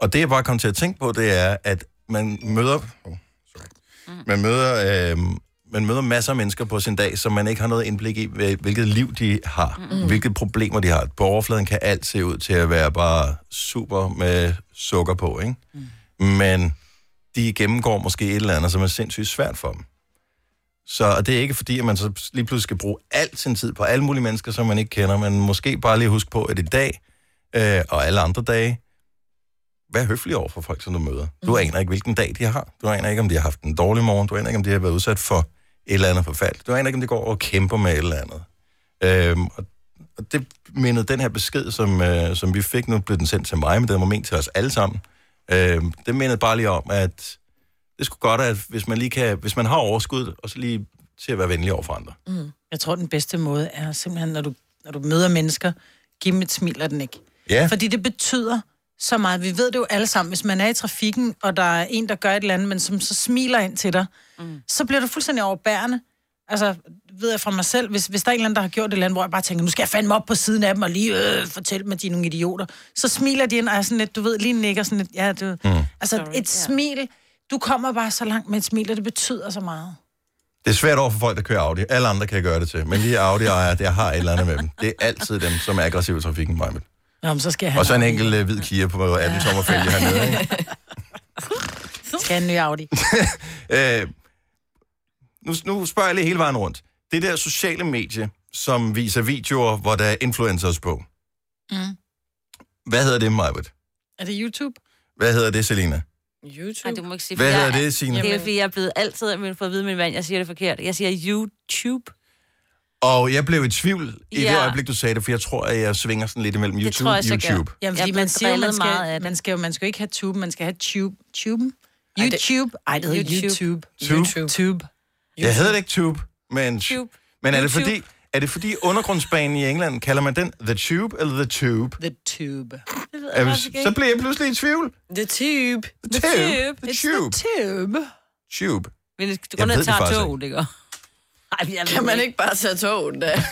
S1: Og det, jeg bare kom til at tænke på, det er, at man møder... Oh, sorry. Man møder... Øh, man møder masser af mennesker på sin dag, som man ikke har noget indblik i, hvil- hvilket liv de har, mm. hvilke problemer de har. På overfladen kan alt se ud til at være bare super med sukker på, ikke? Mm. Men de gennemgår måske et eller andet, som er sindssygt svært for dem. Så og det er ikke fordi, at man så lige pludselig skal bruge al sin tid på alle mulige mennesker, som man ikke kender, men måske bare lige huske på, at i dag øh, og alle andre dage, vær høflig over for folk, som du møder. Du aner ikke, hvilken dag de har. Du aner ikke, om de har haft en dårlig morgen. Du aner ikke, om de har været udsat for et eller andet forfald. Du aner ikke, om de går og kæmper med et eller andet. Øhm, og, og det mindede den her besked, som, øh, som vi fik, nu blev den sendt til mig, men den var ment til os alle sammen. Øhm, det mindede bare lige om, at det skulle godt, at hvis man, lige kan, hvis man har overskud, og så lige til at være venlig over for andre.
S3: Mm. Jeg tror, den bedste måde er simpelthen, når du, når du møder mennesker, giv dem et smil og den ikke.
S1: Ja.
S3: Fordi det betyder så meget. Vi ved det jo alle sammen. Hvis man er i trafikken, og der er en, der gør et eller andet, men som så smiler ind til dig, mm. så bliver du fuldstændig overbærende. Altså, ved jeg fra mig selv, hvis, hvis der er en eller anden, der har gjort et eller andet, hvor jeg bare tænker, nu skal jeg fandme op på siden af dem og lige øh, fortælle dem, at de er nogle idioter. Så smiler de ind, og er sådan lidt, du ved, lige nikker sådan lidt, ja, du... Mm. Altså, Sorry, et smil, du kommer bare så langt med et smil, og det betyder så meget.
S1: Det er svært over for folk, der kører Audi. Alle andre kan gøre det til, men lige Audi ejer, jeg har et eller andet med dem. Det er altid dem, som er aggressive i trafikken, Michael.
S3: Jamen, så skal jeg have
S1: Og så en enkelt øh, hvid kia på 18 sommerfælge hernede. ikke?
S3: Skal jeg have en ny Audi?
S1: Øh, nu, nu spørger jeg lige hele vejen rundt. Det der sociale medie, som viser videoer, hvor der er influencers på.
S3: Mm.
S1: Hvad hedder det, Majbert?
S3: Er det YouTube?
S1: Hvad hedder det, Selina?
S2: YouTube? Nej, du må ikke sige,
S1: Hvad
S2: for jeg
S1: hedder
S2: er-
S1: det, Signe?
S2: Det er, fordi jeg er blevet altid, at man får at vide, min mand, jeg siger det forkert. Jeg siger YouTube.
S1: Og jeg blev i tvivl i ja. det
S2: Ja.
S1: øjeblik, du sagde det, for jeg tror, at jeg svinger sådan lidt imellem YouTube
S2: tror jeg, så
S1: og
S2: gør.
S1: YouTube.
S3: Jamen, fordi
S2: Jeg
S3: man
S2: blev
S3: siger, jo, man
S2: drillet
S3: skal,
S2: meget af det.
S3: man, skal jo, man skal jo ikke have tube, man skal have tube. Tuben? YouTube? Ej, det hedder
S2: YouTube.
S3: YouTube.
S1: Tube?
S3: Tube.
S1: Jeg hedder det ikke Tube, men...
S2: Tube.
S1: Men er det,
S2: YouTube.
S1: fordi, er det fordi undergrundsbanen i England, kalder man den The Tube eller The Tube?
S3: The Tube.
S1: Er vi- Så bliver jeg pludselig i tvivl.
S2: The Tube.
S1: The Tube. The Tube.
S3: Tube.
S1: Tube.
S2: Men du
S1: Jeg
S2: går ned
S1: ved
S2: og
S1: det
S2: tager
S1: faktisk
S2: toget, ikke? Ej, jeg ved
S4: Kan man ikke bare tage toget, da?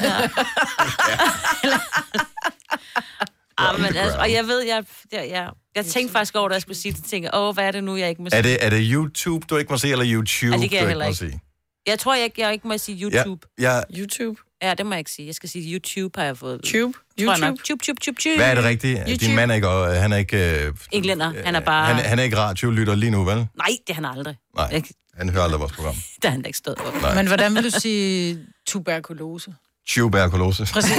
S2: Ej, men altså, og jeg ved, jeg, jeg, jeg, jeg tænkte faktisk over, da jeg skulle sige det, tænkte, jeg, åh, hvad er det nu, jeg ikke må sige?
S1: Er det, er det YouTube, du ikke må se, eller YouTube,
S2: Ej, det kan jeg
S1: du
S2: heller
S1: ikke må
S2: ikke.
S1: se?
S2: Jeg tror, jeg, jeg ikke må sige YouTube.
S1: Ja, ja,
S2: YouTube? Ja, det må jeg ikke sige. Jeg skal sige YouTube, har jeg fået.
S4: Tube?
S2: YouTube? Tube, tube, tube, tube.
S1: Hvad er det rigtige?
S2: YouTube. Ah.
S1: Din mand er ikke, og han er ikke, øh,
S2: Englænder. Han er bare...
S1: han, han er ikke radiolytter lige nu, vel?
S2: Nej, det er han aldrig.
S1: Nej, han hører aldrig vores program.
S2: Der er han da ikke stået op.
S1: Nej.
S3: Men hvordan vil du sige tuberkulose?
S1: Tuberkulose.
S3: Præcis.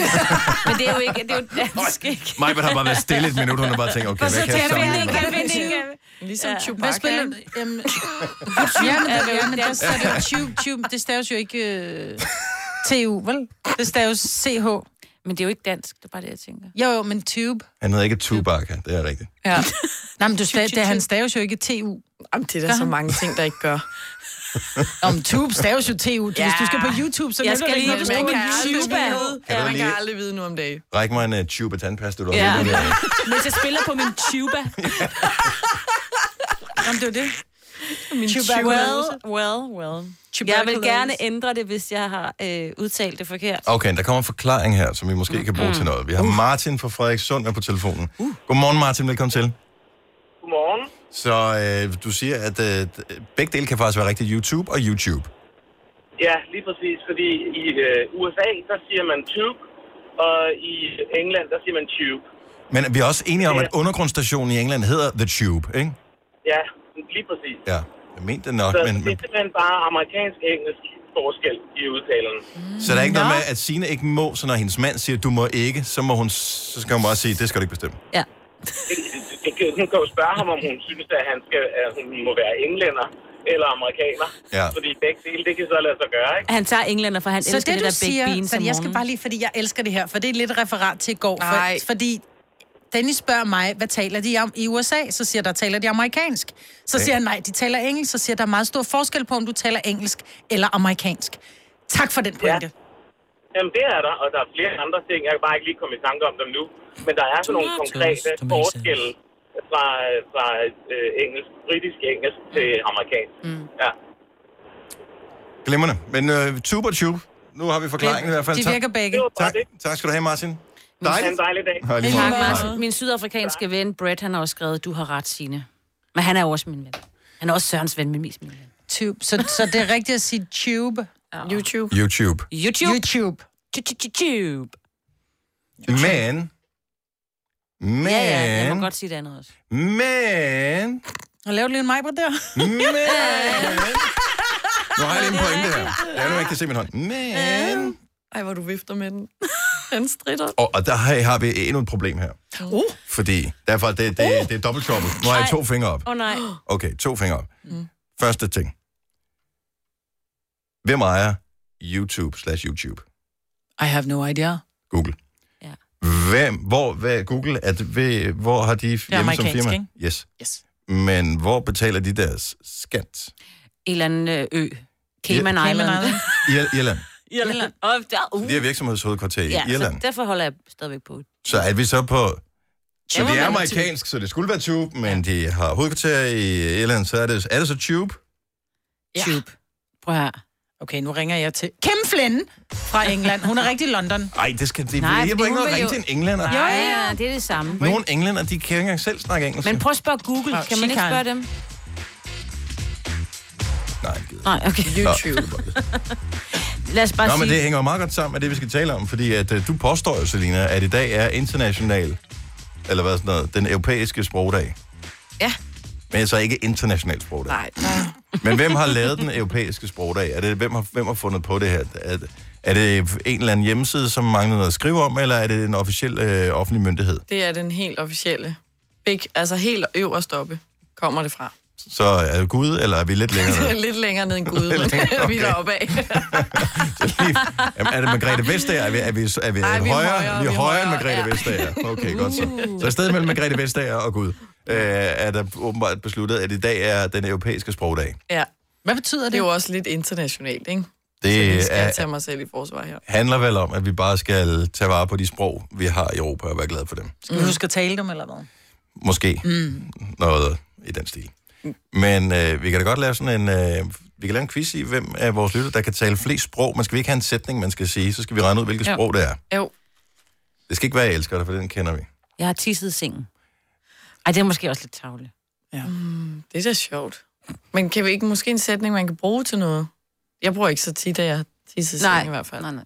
S2: Men det er jo ikke... Det er jo dansk, ikke?
S1: Majbert har bare været stille et minut, hun har bare tænkt, okay, hvad kan jeg sammenligne med?
S4: Ligesom
S3: Ja.
S4: Chewbacca.
S3: Hvad spiller... Jamen, YouTube, ja, men det, ja, men der står det jo tube, tube. Det staves jo ikke øh, TU, vel? Det staves CH.
S2: Men det er jo ikke dansk, det er bare det, jeg tænker.
S3: Jo, jo, men tube.
S1: Han hedder ikke Tubaka, det er rigtigt.
S3: Ja. Nej, men du stav, det, han staves jo ikke TU.
S4: Jamen, det er der så mange ting, der ikke gør.
S3: Om tube staves jo TU. Ja. Hvis du skal på YouTube, så
S4: jeg
S3: nytter
S4: skal
S3: det ikke,
S4: lige,
S3: når du
S4: man
S3: står
S4: kan
S3: på
S4: aldrig
S3: YouTube.
S4: vide,
S1: Kan du
S4: man kan
S1: lige-
S4: aldrig vide nu om dagen.
S1: Ræk mig en uh, tube af tandpasta, du har
S2: Ja.
S1: ja.
S2: Hvis jeg spiller på min tuba.
S3: Jamen, det er det.
S2: Min
S3: tuberkulose.
S2: Well, well, well. Jeg vil gerne ændre det, hvis jeg har øh, udtalt det forkert.
S1: Okay, der kommer en forklaring her, som vi måske kan bruge til noget. Vi har Martin fra Frederikssund med på telefonen. Godmorgen Martin, velkommen til.
S14: Godmorgen.
S1: Så øh, du siger, at øh, begge dele kan faktisk være rigtigt, YouTube og YouTube.
S14: Ja, lige præcis, fordi i øh, USA, der siger man tube, og i England, der siger man tube.
S1: Men vi er også enige om, at undergrundstationen i England hedder The Tube, ikke?
S14: Ja, lige præcis.
S1: Ja, jeg mente det nok,
S14: så
S1: men,
S14: det
S1: men
S14: er simpelthen bare amerikansk-engelsk forskel i udtalen.
S1: Så der er ikke noget med, at Signe ikke må, så når hendes mand siger, du må ikke, så, må hun, så skal hun bare sige, det skal du ikke bestemme.
S2: Ja.
S14: Det, det, det, hun kan jo spørge ham, om hun synes, at han skal, at hun må være englænder eller amerikaner.
S1: Ja.
S14: Fordi begge dele, det kan så lade sig gøre, ikke?
S2: Han tager englænder, for han
S3: Så
S2: elsker
S3: det,
S2: det,
S3: du
S2: der
S3: siger,
S2: baked beans om
S3: fordi jeg skal
S2: morgenen.
S3: bare lige, fordi jeg elsker det her, for det er lidt referat til i går.
S4: Nej.
S3: For, fordi Dennis spørger mig, hvad taler de om i USA? Så siger der, taler de amerikansk? Så
S4: Ja.
S3: siger han, nej, de taler engelsk. Så siger der er meget stor forskel på, om du taler engelsk eller amerikansk. Tak for den pointe.
S14: Jamen, det er der, og der er flere andre ting. Jeg kan bare ikke lige komme i tanke om dem nu. Men der er sådan nogle
S3: Tomatoes,
S14: konkrete
S3: tomatoes.
S14: forskelle fra, fra øh, engelsk, britisk engelsk til amerikansk. Mm. Ja.
S1: Glimrende. Men øh, Tube og Tube, nu har vi forklaringen i hvert fald.
S3: De
S1: Tak-
S3: virker begge.
S1: Tak, tak skal du have, Martin.
S2: Hej,
S1: Hej, lige
S2: tak,
S1: måde.
S2: Martin. Min sydafrikanske ven, Brett, han har også skrevet, du har ret, Signe. Men han er jo også min ven. Han er også Sørens ven, men mest min ven.
S3: Tube. Så, så det er rigtigt at sige tube.
S2: YouTube.
S1: YouTube.
S2: YouTube. YouTube. YouTube.
S1: Men... Men...
S2: Ja, ja, jeg må godt sige det andet også.
S1: Men...
S3: Og lav lige en mig på der.
S1: Men... Nu har jeg lige en pointe her. Jeg nu ikke kan se min hånd. Men...
S4: Ej, hvor du vifter med den. Den stritter.
S1: Og, og der har, har vi endnu et problem her.
S4: Uh.
S1: Fordi derfor, det, det, det er dobbelt trouble. Nu har jeg to fingre op.
S2: Åh oh, nej.
S1: Okay, to fingre op.
S2: Mm.
S1: Første ting. Hvem ejer YouTube slash YouTube?
S3: I have no idea.
S1: Google. Hvem, hvor, hvad, Google, er det, ved, hvor har de hjemme som
S2: amerikansk,
S1: firma?
S2: ikke?
S1: Yes.
S3: yes.
S1: Men hvor betaler de deres skat?
S2: En eller anden øh, ø. Cayman
S1: Ja.
S2: yeah. Island.
S1: I Irland.
S2: Irland. Og der, uh.
S1: Det er virksomhedshovedkvarter i
S2: ja,
S1: Irland.
S2: Så derfor holder jeg stadigvæk på.
S1: Så er vi så på... Så
S2: Det må
S1: det er
S2: være
S1: amerikansk, så det skulle være Tube, men de har hovedkvarter i Irland, så er det, er det så Tube?
S3: Ja.
S2: Tube. Prøv her.
S3: Okay, nu ringer jeg til Kim Flynn fra England. Hun er rigtig i London.
S1: Nej, det skal det Nej, hjælper ikke noget at ringe til en englænder.
S2: Jo, ja, ja, det er det samme.
S1: Nogle englænder, de kan ikke engang selv snakke engelsk.
S2: Men prøv at spørge Google.
S3: Nå,
S2: Kan man
S3: she
S2: ikke
S3: can.
S2: spørge dem?
S1: Nej,
S2: Nej, okay. Lad os bare
S1: Nå, men
S2: sige...
S1: det hænger jo meget godt sammen med det, vi skal tale om, fordi at, øh, du påstår jo, Selina, at i dag er international, eller hvad sådan noget, den europæiske sprogdag.
S4: Ja.
S1: Men altså ikke international sprogdag.
S4: Nej, nej.
S1: Men hvem har lavet den europæiske sprogdag? Er det, hvem, har, hvem har fundet på det her? Er, det- er det en eller anden hjemmeside, som mangler noget at skrive om, eller er det en officiel øh, offentlig myndighed?
S4: Det er den helt officielle. Big, altså helt øverst oppe kommer det fra.
S1: Så er det Gud, eller er vi lidt længere
S4: Det
S1: nede?
S4: er lidt længere ned end Gud, men
S1: Lidt længere,
S4: vi
S1: okay.
S4: er deroppe af.
S1: Jamen, er det Margrethe Vestager? Er vi, er vi, er vi,
S4: Ej,
S1: er vi højere, højere, vi er højere end Margrethe
S4: ja.
S1: Vestager? Okay, godt så.
S4: Uh.
S1: Så i stedet mellem Margrethe Vestager og Gud, øh, er der åbenbart besluttet, at i dag er den europæiske sprogdag.
S4: Ja.
S3: Hvad betyder det?
S4: Det er jo også lidt internationalt, ikke?
S1: Det
S4: Jeg skal
S1: er,
S4: tage mig selv i forsvar her.
S1: handler vel om, at vi bare skal tage vare på de sprog, vi har i Europa, og være glade for dem.
S3: Skal vi huske at tale dem, eller hvad?
S1: Måske
S3: Mm.
S1: noget i den stil. Men øh, vi kan da godt lave sådan en... Øh, vi kan lave en quiz i, hvem af vores lytter, der kan tale flest sprog. Man skal ikke have en sætning, man skal sige. Så skal vi regne ud, hvilket
S2: Jo.
S1: sprog det er.
S4: Jo.
S1: Det skal ikke være, jeg elsker dig, for den kender vi.
S2: Jeg har tisset i sengen. Ej, det er måske også lidt tavle.
S3: Ja.
S4: Mm, det er da sjovt. Men kan vi ikke måske en sætning, man kan bruge til noget? Jeg bruger ikke så tit, at jeg har tisset i
S3: Nej.
S4: seng i hvert fald.
S2: Nej, nej.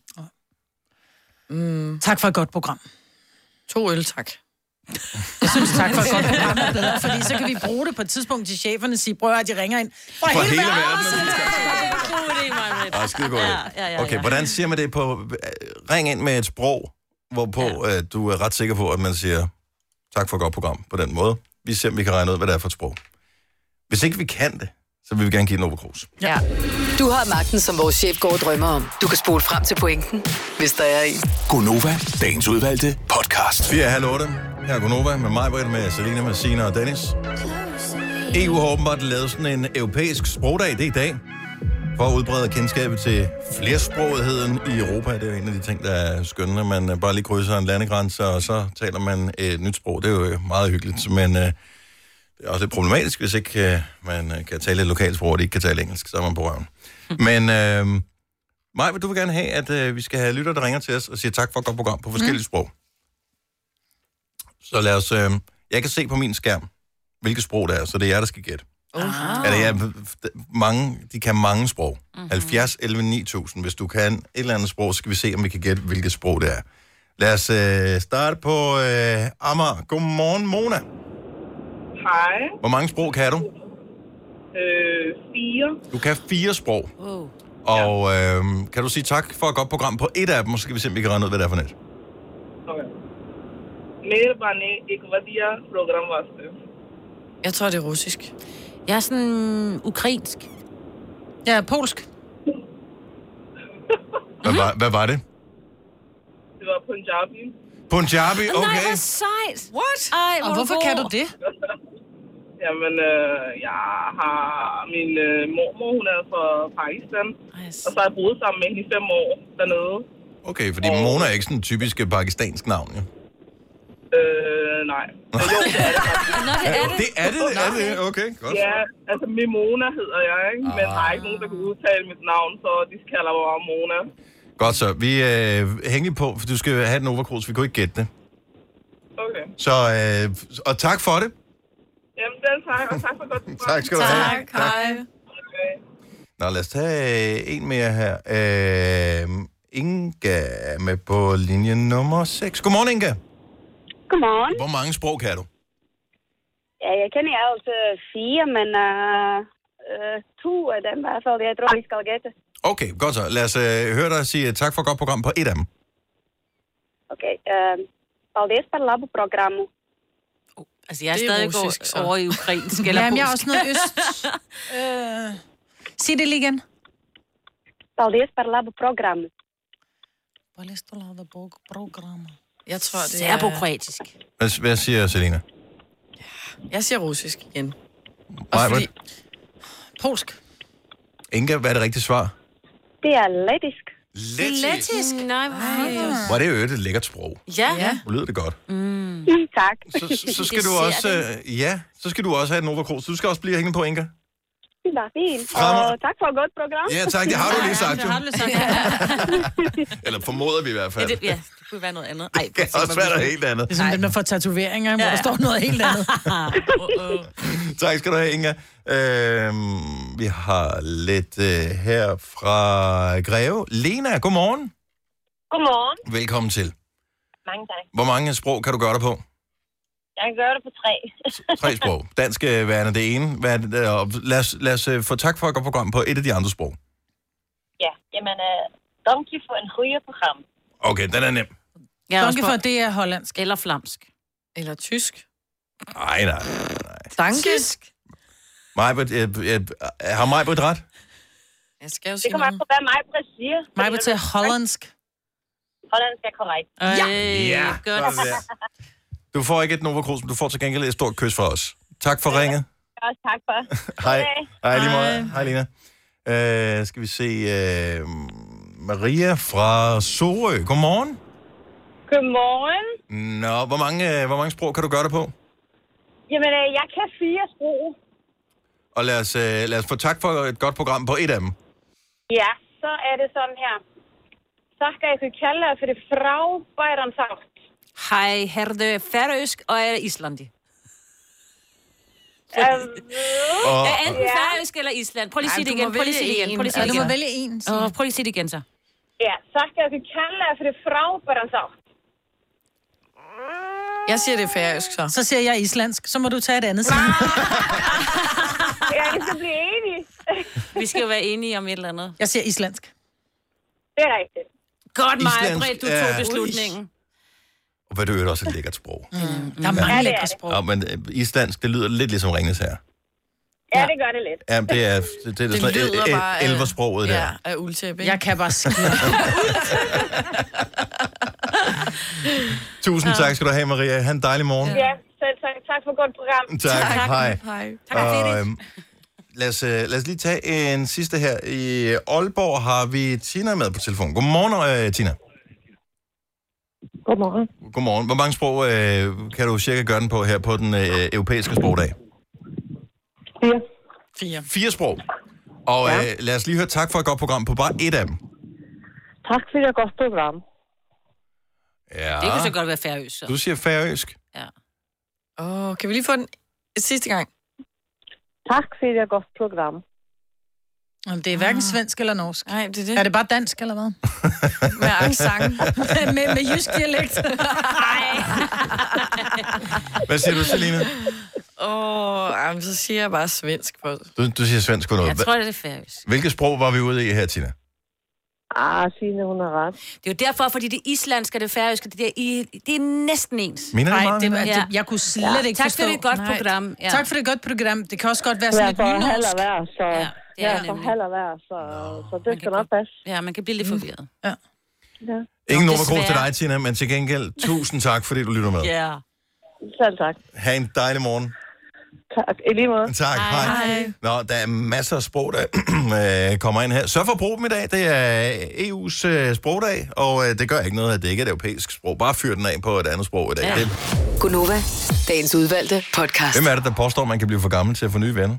S4: Mm,
S3: Tak for et godt program.
S4: to øl, tak.
S3: Jeg synes, tak for et godt program er bedre, fordi så kan vi bruge det på et tidspunkt til cheferne og sige, prøv at høre, de ringer ind fra
S1: For
S3: hele,
S1: hele
S3: verden.
S1: verden, og vi skal-
S2: God idé, Marvind.
S1: Ej, skide god.
S2: Ja, ja, ja,
S1: okay,
S2: ja.
S1: hvordan siger man det på... øh, Ring ind med et sprog, hvorpå ja. øh, du er ret sikker på, at man siger, tak for et godt program på den måde. Vi ser, om vi kan regne ud, hvad det er for et sprog. Hvis ikke vi kan det, så vil vi gerne give den overkrus.
S6: Ja. Du har magten, som vores chef går og drømmer om. Du kan spole frem til pointen, hvis der er en.
S5: Gonova, dagens udvalgte podcast.
S1: Vi er halv otte. Her er Gunova med mig, Britt, med Selina, med Sina og Dennis. EU har åbenbart lavet sådan en europæisk sprogdag, det er i dag, for at udbrede kendskabet til flersprogigheden i Europa. Det er jo en af de ting, der er skønne. Man øh, bare lige krydser en landegrænse, og så taler man øh, et nyt sprog. Det er jo meget hyggeligt, men øh, det er også lidt problematisk, hvis ikke øh, man øh, kan tale et lokalt sprog, og de ikke kan tale engelsk, så er man på røven. Men øh, Maja, vil du vil gerne have, at øh, vi skal have lytter, der ringer til os og siger tak for et godt program på forskellige mm. sprog. Så lad os... Øh, jeg kan se på min skærm, hvilket sprog det er, så det er jer, der skal gætte.
S4: Uh.
S1: Eller jeg, mange, de kan mange sprog. Mm-hmm. 70, 11, 9000. Hvis du kan et eller andet sprog, så skal vi se, om vi kan gætte, hvilket sprog det er. Lad os øh, starte på øh, Amager. Godmorgen, Mona.
S15: Hej.
S1: Hvor mange sprog kan du?
S15: Øh, fire.
S1: Du kan fire sprog.
S15: Wow.
S1: Og øh, kan du sige tak for et godt program på et af dem, og så skal vi se, om vi kan regne ud, hvad det er for net.
S15: Mærbane, øh, ikke hvad de er, program vaste.
S4: Jeg tror, det er russisk.
S2: Jeg er sådan ukrainsk.
S3: Ja, polsk.
S1: Hvad var, hvad var det?
S15: Det var Punjabi.
S1: Punjabi,
S2: Åh, Nej,
S1: okay.
S2: hvor sejt.
S4: What?
S2: Ej, hvor
S3: Og hvorfor kan du det?
S15: Jamen, øh, jeg har min øh, mormor, hun er fra Pakistan.
S4: Yes.
S15: Og så har jeg boet sammen med hende i fem år dernede.
S1: Okay, fordi Mona er ikke sådan en typisk øh, pakistansk navn, jo.
S15: Øh, nej.
S2: Nå, det er det.
S1: Det er det, det er det. Okay, godt. Ah.
S15: Ja, altså Mimona hedder jeg, ikke? Men der er ikke nogen, der kan udtale mit navn, så de kalder mig bare Mona.
S1: Godt så. Vi øh, hænger på, for du skal have den overkrus. Vi kunne ikke gætte det.
S15: Okay.
S1: Så, øh, og tak for det.
S15: Jamen, den tak, og tak for godt program.
S1: Tak skal du have. Tak,
S15: hej.
S1: Nå, lad os tage øh, en mere her. Øh, Inga er med på linje nummer 6. Godmorgen, Inga.
S16: Godmorgen.
S1: Hvor mange sprog kan du?
S16: Ja, jeg kender jo til fire, men
S17: øh,
S16: uh, uh, to af dem i hvert fald, jeg tror, vi skal gætte.
S1: Okay, godt så. Lad os øh, høre dig sige tak for et godt program på et af dem.
S16: Okay.
S17: øh,
S16: Uh, Paldies par labu programmu.
S2: Altså, jeg er,
S16: Det er
S2: stadig
S16: russisk, så.
S2: russisk, over i ukrainsk eller
S3: Jamen, jeg er
S2: polsk.
S3: også noget øst. øh, sig det lige igen.
S16: Paldies par labu programmu.
S3: Paldies par labu programmu.
S4: Jeg tror, det er...
S2: Serbokroatisk.
S1: Hvad, hvad siger Selina?
S4: Jeg siger russisk igen.
S1: Nej,
S4: fordi-
S1: fordi...
S3: Polsk.
S1: Inga, hvad er det rigtige svar?
S16: Det er lettisk.
S2: Lettisk? Mm, Nej, hvor er det også-
S1: Hvor er det jo et lækkert sprog.
S2: Ja. ja.
S1: Nu lyder det godt.
S16: Mm, tak.
S1: Så, så skal du også, øh, ja, så skal du også have en Nova Cruz. Du skal også blive hængende på, Inga.
S16: Det var fint.
S1: Fremad.
S16: Og tak for et godt program.
S1: Ja, tak. Det har du lige sagt, jo.
S2: Har du sagt?
S1: Eller formoder vi i hvert
S2: Ja,
S1: fald.
S2: det, ja, det kunne være noget andet. Ej,
S1: Det kan også være noget helt andet.
S3: Det er sådan lidt, man får tatoveringer, hvor der står noget helt andet.
S1: Tak skal du have, Inga. Øhm, vi har lidt øh, her fra Greve. Lena, godmorgen.
S18: Godmorgen.
S1: Velkommen til.
S18: Mange tak.
S1: Hvor mange sprog kan du gøre dig på?
S18: Jeg kan gøre det på tre.
S1: Tre sprog. Dansk øh, værende det ene. Hvad er det, der? Og lad os, lad os øh, få tak for at gå på program på et af de andre sprog.
S18: ja, jamen, uh, donkey for en højere program.
S1: Okay, den er nem.
S2: Jeg
S3: Donkey for, det er hollandsk.
S2: Eller flamsk.
S4: Eller tysk.
S1: Ej, nej.
S4: Danke.
S1: Majbert, øh, øh, har Majbert ret?
S4: Jeg skal jo
S18: Det kommer an på, hvad mig siger.
S3: Mig vil tage hollandsk.
S18: Hollandsk er korrekt.
S1: Ja, godt. sådan der. Du får ikke et Nova Cruz, men du får til gengæld et stort kys fra os. Tak for ringet.
S18: Også tak for.
S1: Hej. Hej, lige
S18: Hej.
S1: meget. Hej, Lina. Øh, skal vi se... Øh, Maria fra Sorø. Godmorgen.
S18: Godmorgen.
S1: Nå, hvor mange, øh, hvor mange sprog kan du gøre det på?
S18: Jamen, øh, jeg kan fire sprog.
S1: Og lad os, øh, lad os få tak for et godt program på et af dem.
S18: Ja, så er det sådan her. Så skal jeg kunne kalde for det fragbejdernsaft.
S2: Hej, herde færøsk og er islandi.
S1: Og-
S2: Ja, enten færøsk eller Island. Prøv lige at sige
S18: Ej,
S2: det
S18: du
S2: igen.
S18: må
S2: Prøv lige at sige
S18: vælge
S2: det
S18: en.
S2: igen. Prøv lige at sige
S18: Ja,
S2: det
S18: du
S2: igen.
S18: må vælge
S2: Åh,
S3: en.
S2: prøv lige at sige det igen så.
S18: Ja, så skal jeg kunne kalde for det fragbejdernsaft.
S4: Jeg siger, det er færøsk, så.
S3: Så siger jeg islandsk. Så må du tage et andet side.
S18: Ja, vi skal blive enige.
S2: Vi skal jo være enige om et eller andet.
S3: Jeg siger islandsk.
S18: Det er rigtigt.
S2: Godt, Maja,
S1: Islandsk
S2: Britt, du tog
S1: er-
S2: beslutningen.
S1: Og hvad det øvrigt også er et lækkert sprog.
S3: Mm. Der
S1: Ja.
S3: er mange
S1: Ja,
S3: ja,
S1: det
S3: lækre sprog.
S1: Ja, men øh, islandsk, det lyder lidt ligesom Ringnes her.
S18: Ja, det gør det lidt.
S1: Ja, det er, det, det, er
S4: Det
S1: sådan
S4: lyder
S1: el- el-
S4: bare af-
S1: elversproget der.
S4: Ja, af uldtæppe, ikke?
S3: Jeg kan bare skide.
S1: Tusind tak skal du have, Maria. Ha' en dejlig morgen.
S18: Ja, selv tak. Tak for et godt program.
S1: Tak. Tak. Hej.
S18: Hej.
S1: Og, øhm, lad, os, øh, lad os lige tage en sidste her. I Aalborg har vi Tina med på telefon. Godmorgen, øh, Tina.
S19: Godmorgen.
S1: Godmorgen. Hvor mange sprog øh, kan du cirka gøre den på her på den øh, europæiske sprogdag?
S19: Fire.
S4: Fire.
S1: Fire sprog. Og øh, lad os lige høre tak for et godt program på bare et af dem.
S19: Tak for et godt program.
S1: Ja.
S2: Det kunne så godt være færøsk. Så.
S1: Du siger færøsk.
S4: Åh, oh, kan vi lige få den sidste gang?
S19: Tak for et godt program.
S3: Jamen, det er hverken svensk eller norsk.
S4: Nej, det er det.
S3: Er det bare dansk eller hvad?
S4: Med accent.
S3: med, med jysk dialekt.
S1: Hvad siger du, Selina?
S4: Åh, oh, så siger jeg bare svensk for
S1: Du, du siger svensk på noget.
S2: Jeg tror, det er færøsk.
S1: Hvilket sprog var vi ude i her, Tina?
S19: Ah, Signe, hun har ret.
S2: Det er jo derfor, fordi det islandske og det færøske, det, der, i, det er næsten ens.
S1: Minder det
S3: Nej,
S1: meget om
S3: det,
S1: hinanden?
S3: det, jeg kunne slet
S2: Ja.
S3: ikke
S2: Tak for
S3: forstå.
S2: det er et godt
S3: Nej.
S2: program, ja.
S3: Tak for det er et godt program. Det kan også godt være
S19: Jeg
S3: sådan
S19: er
S3: lidt
S19: for halv
S3: nynorsk.
S19: og vær, så...
S2: Ja, det er
S19: jeg er for
S2: nemlig.
S19: halv og vær, så, så det skal nok passe.
S2: Ja, man kan blive lidt forvirret.
S3: Mm. Ja.
S19: Ja.
S1: Ingen
S19: Nå,
S1: nummerkros til
S19: desværre.
S1: dig, Tina, men til gengæld, tusind tak, fordi du lytter med.
S19: Selv tak.
S1: Ha' en dejlig morgen.
S19: Tak, i lige måde.
S1: Tak, hej. hej. Nå, der er masser af sprog, der øh, kommer ind her. Sørg for at bruge dem i dag. Det er EU's øh, sprogdag, og øh, det gør ikke noget, at det ikke er et europæisk sprog. Bare fyr den af på et andet sprog i dag. Ja. Det,
S6: Gunova, dagens udvalgte podcast.
S1: hvem er det, der påstår, man kan blive for gammel til at få nye venner?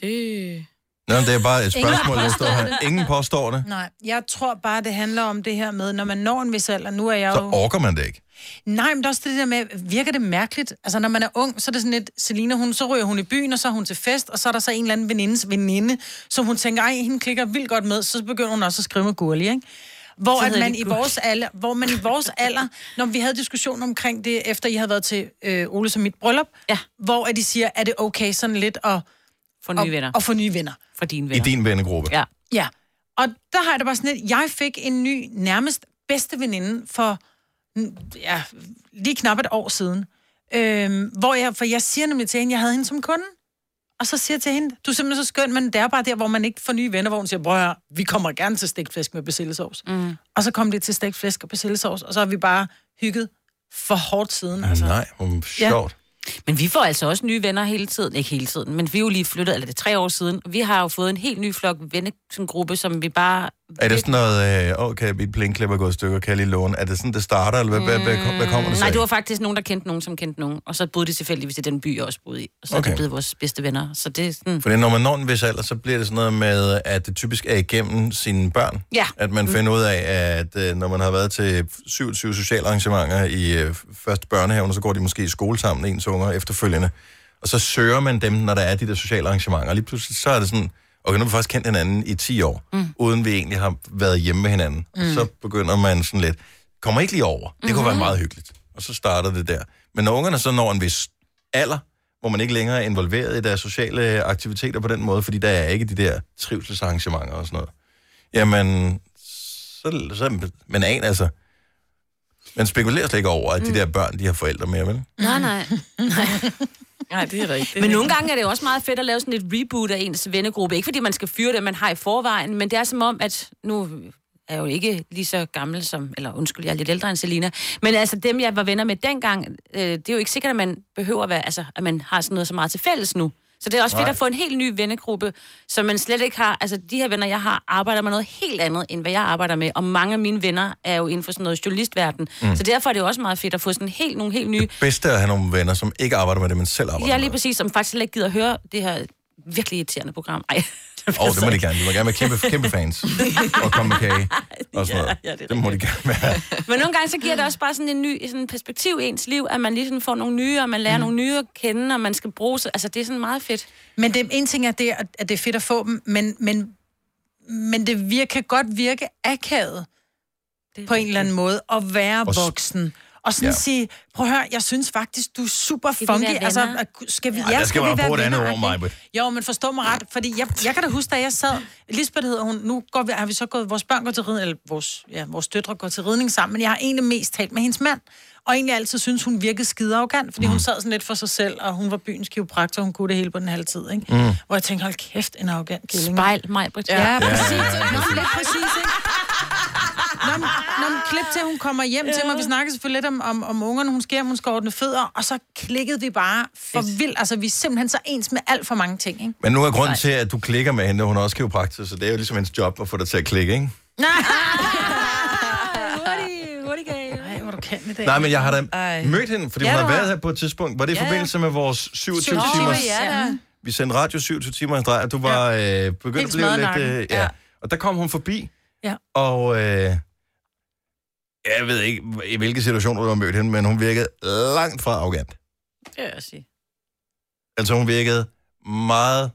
S4: Det...
S1: Nå, men det er bare et
S3: Ingen
S1: spørgsmål, der står
S3: påstår
S1: her.
S3: det.
S1: Ingen påstår det.
S3: Nej, jeg tror bare, det handler om det her med, når man når en vis alder, nu er jeg
S1: Så
S3: jo...
S1: orker man det ikke.
S3: Nej, men det er også det der med, virker det mærkeligt? Altså, når man er ung, så er det sådan lidt, Selina, hun, så ryger hun i byen, og så er hun til fest, og så er der så en eller anden venindes veninde, som hun tænker, ej, hende klikker vildt godt med, så begynder hun også at skrive med gurli, ikke? Hvor,
S2: Så
S3: at
S2: hedder
S3: man
S2: det
S3: i
S2: gurli.
S3: vores alder, hvor man i vores alder, når vi havde diskussion omkring det, efter I havde været til øh, Ole som mit bryllup, ja. hvor at de siger, er det okay sådan lidt at
S2: få nye venner.
S3: Og få nye venner.
S2: For dine
S1: I
S2: venner.
S1: din vennegruppe.
S2: Ja.
S3: Ja, og der har jeg det bare sådan lidt, jeg fik en ny, nærmest bedste veninde for mm, ja, lige knap et år siden. Øhm, hvor jeg, for jeg siger nemlig til hende, jeg havde hende som kunde. Og så siger jeg til hende, du er simpelthen så skøn, men det er bare der, hvor man ikke får nye venner, hvor hun siger, bror, her, vi kommer gerne til stegt flæsk med persillesovs.
S2: Mm.
S3: Og så kom det til stegt flæsk og persillesovs, og så har vi bare hygget for hårdt siden. Altså.
S1: Altså. Nej, hvor sjovt.
S2: Men vi får altså også nye venner hele tiden. Ikke hele tiden, men vi er jo lige flyttet, eller det er tre år siden. Vi har jo fået en helt ny flok vennegruppe, som vi bare...
S1: Er det sådan noget, øh, åh, kan mit plæneklipper gå i stykker, kan jeg lige låne? Er det sådan, det starter, eller hvad, hvad, hvad, hvad kommer det så?
S2: Mm. Nej,
S1: af?
S2: det var faktisk nogen, der kendte nogen, som kendte nogen. Og så boede de tilfældigvis i den by, jeg også boede i. Og så okay. er
S1: Okay.
S2: de blevet vores bedste venner. Så det er sådan...
S1: Fordi når man når en vis alder, så bliver det sådan noget med, at det typisk er igennem sine børn.
S2: Ja.
S1: At man finder ud af, at øh, når man har været til 27 sociale arrangementer i øh, først børnehaven, og så går de måske i skole sammen, ens unger efterfølgende. Og så søger man dem, når der er de der sociale arrangementer. Og lige pludselig så er det sådan, okay, nu har vi faktisk kendt hinanden i 10 år, mm. uden vi egentlig har været hjemme med hinanden. Mm.
S5: Mm.
S1: Så begynder man sådan lidt, kommer ikke lige over. Det kunne mm-hmm. være meget hyggeligt. Og så starter det der. Men når ungerne så når en vis alder, hvor man ikke længere er involveret i deres sociale aktiviteter på den måde, fordi der er ikke de der trivselsarrangementer og sådan noget. Jamen, så, så man aner altså, man spekulerer slet ikke over, at de der børn, de har forældre mere, vel?
S2: Nej, nej.
S4: Nej, det er rigtigt.
S2: Men nogle gange er det jo også meget fedt at lave sådan et reboot af ens vennegruppe. Ikke fordi man skal fyre det, man har i forvejen, men det er som om, at nu er jeg jo ikke lige så gammel som, eller undskyld, jeg er lidt ældre end Selina, men altså dem, jeg var venner med dengang, øh, det er jo ikke sikkert, at man behøver at være, altså, at man har sådan noget så meget til fælles nu. Så det er også fedt
S4: Nej.
S2: at få en helt ny vennegruppe, som man slet ikke har, altså de her venner, jeg har, arbejder med noget helt andet, end hvad jeg arbejder med, og mange af mine venner er jo inden for sådan noget journalistverden, mm.
S1: Mm.
S2: så derfor er det jo også meget fedt at få sådan helt, nogle helt nye
S1: Bedst er at have nogle venner, som ikke arbejder med det, men selv arbejder
S2: Ja, lige præcis, som faktisk heller ikke gider at høre det her virkelig irriterende program. Ej,
S1: med det. Åh, oh, det må de gerne. De må gerne være kæmpe, kæmpe fans. Og komme med kage og sådan noget.
S2: Ja, ja, det er
S1: det, det må de gerne være.
S2: Men nogle gange så giver det også bare sådan en ny sådan perspektiv i ens liv, at man ligesom får nogle nye, og man lærer mm. nogle nye at kende, og man skal bruge sig. Altså, det er sådan meget fedt.
S3: Men det, en ting er, det, at at det er fedt at få dem, men, men, men det vir, kan godt virke akavet på en eller anden måde at være
S4: Og s-
S3: voksen. Og sådan
S4: Ja.
S3: ja. sige, prøv at høre, jeg synes faktisk, du er super
S4: vi
S3: funky.
S4: være
S3: altså,
S4: venner?
S3: at- skal vi,
S1: Ej, der skal man bruge et andet ord,
S3: venner-agtigt?
S1: Maj-Brit.
S3: Jo, men forstå mig ret, fordi jeg, jeg kan da huske, da jeg sad, Lisbeth hedder hun, nu går vi, har vi så gået, vores børn går til ridning, eller vores, ja, vores døtre går til ridning sammen, men jeg har egentlig mest talt med hendes mand, og egentlig altid synes hun virkede skide arrogant, fordi mm. hun sad sådan lidt for sig selv, og hun var byens kiropraktor, og hun kunne det hele på den halve tid, ikke? Mm.
S4: Mm.
S3: Hvor jeg tænkte, hold kæft, en arrogant killing.
S2: Spejl mig, Britt.
S3: Ja,
S4: Ja,
S3: ja, præcis.
S4: ja, ja,
S3: Nå, men lidt præcis, ikke? Nå, men- nå, men klip til, hun kommer hjem ja. til mig. Vi snakkede selvfølgelig lidt om, om, om ungerne. Hun skal hjem, hun skal ordne fødder. Og så klikkede vi bare for vildt. Altså, vi er simpelthen så ens med alt for mange ting, ikke?
S1: Men nu er grunden til, at du klikker med hende, og hun er også kiropraktor, så det er jo ligesom hendes job at få dig til at klikke, ikke?
S2: Hurtig, hurtig gave.
S3: Nej, hvor du kan i dag.
S1: Nej, men jeg har da
S3: Ej.
S1: mødt hende, fordi
S3: Ja,
S1: ja, hun
S3: du
S1: har
S3: har.
S1: været her på et tidspunkt. Var det i
S3: Ja, ja.
S1: forbindelse med vores 27
S3: Nå,
S1: timer?
S3: ja, da.
S1: Vi sendte radio 27 timer i streg, og du var ja. øh, begyndt
S3: Helt
S1: at blive
S3: smadret
S1: lidt...
S3: nakken.
S1: Øh, ja.
S3: Ja.
S1: ja. Og der kom hun forbi,
S3: Ja.
S1: og øh, jeg ved ikke, i hvilke situationer du har mødt hende, men hun virkede langt fra arrogant.
S2: Det vil jeg sige.
S1: Altså, hun virkede meget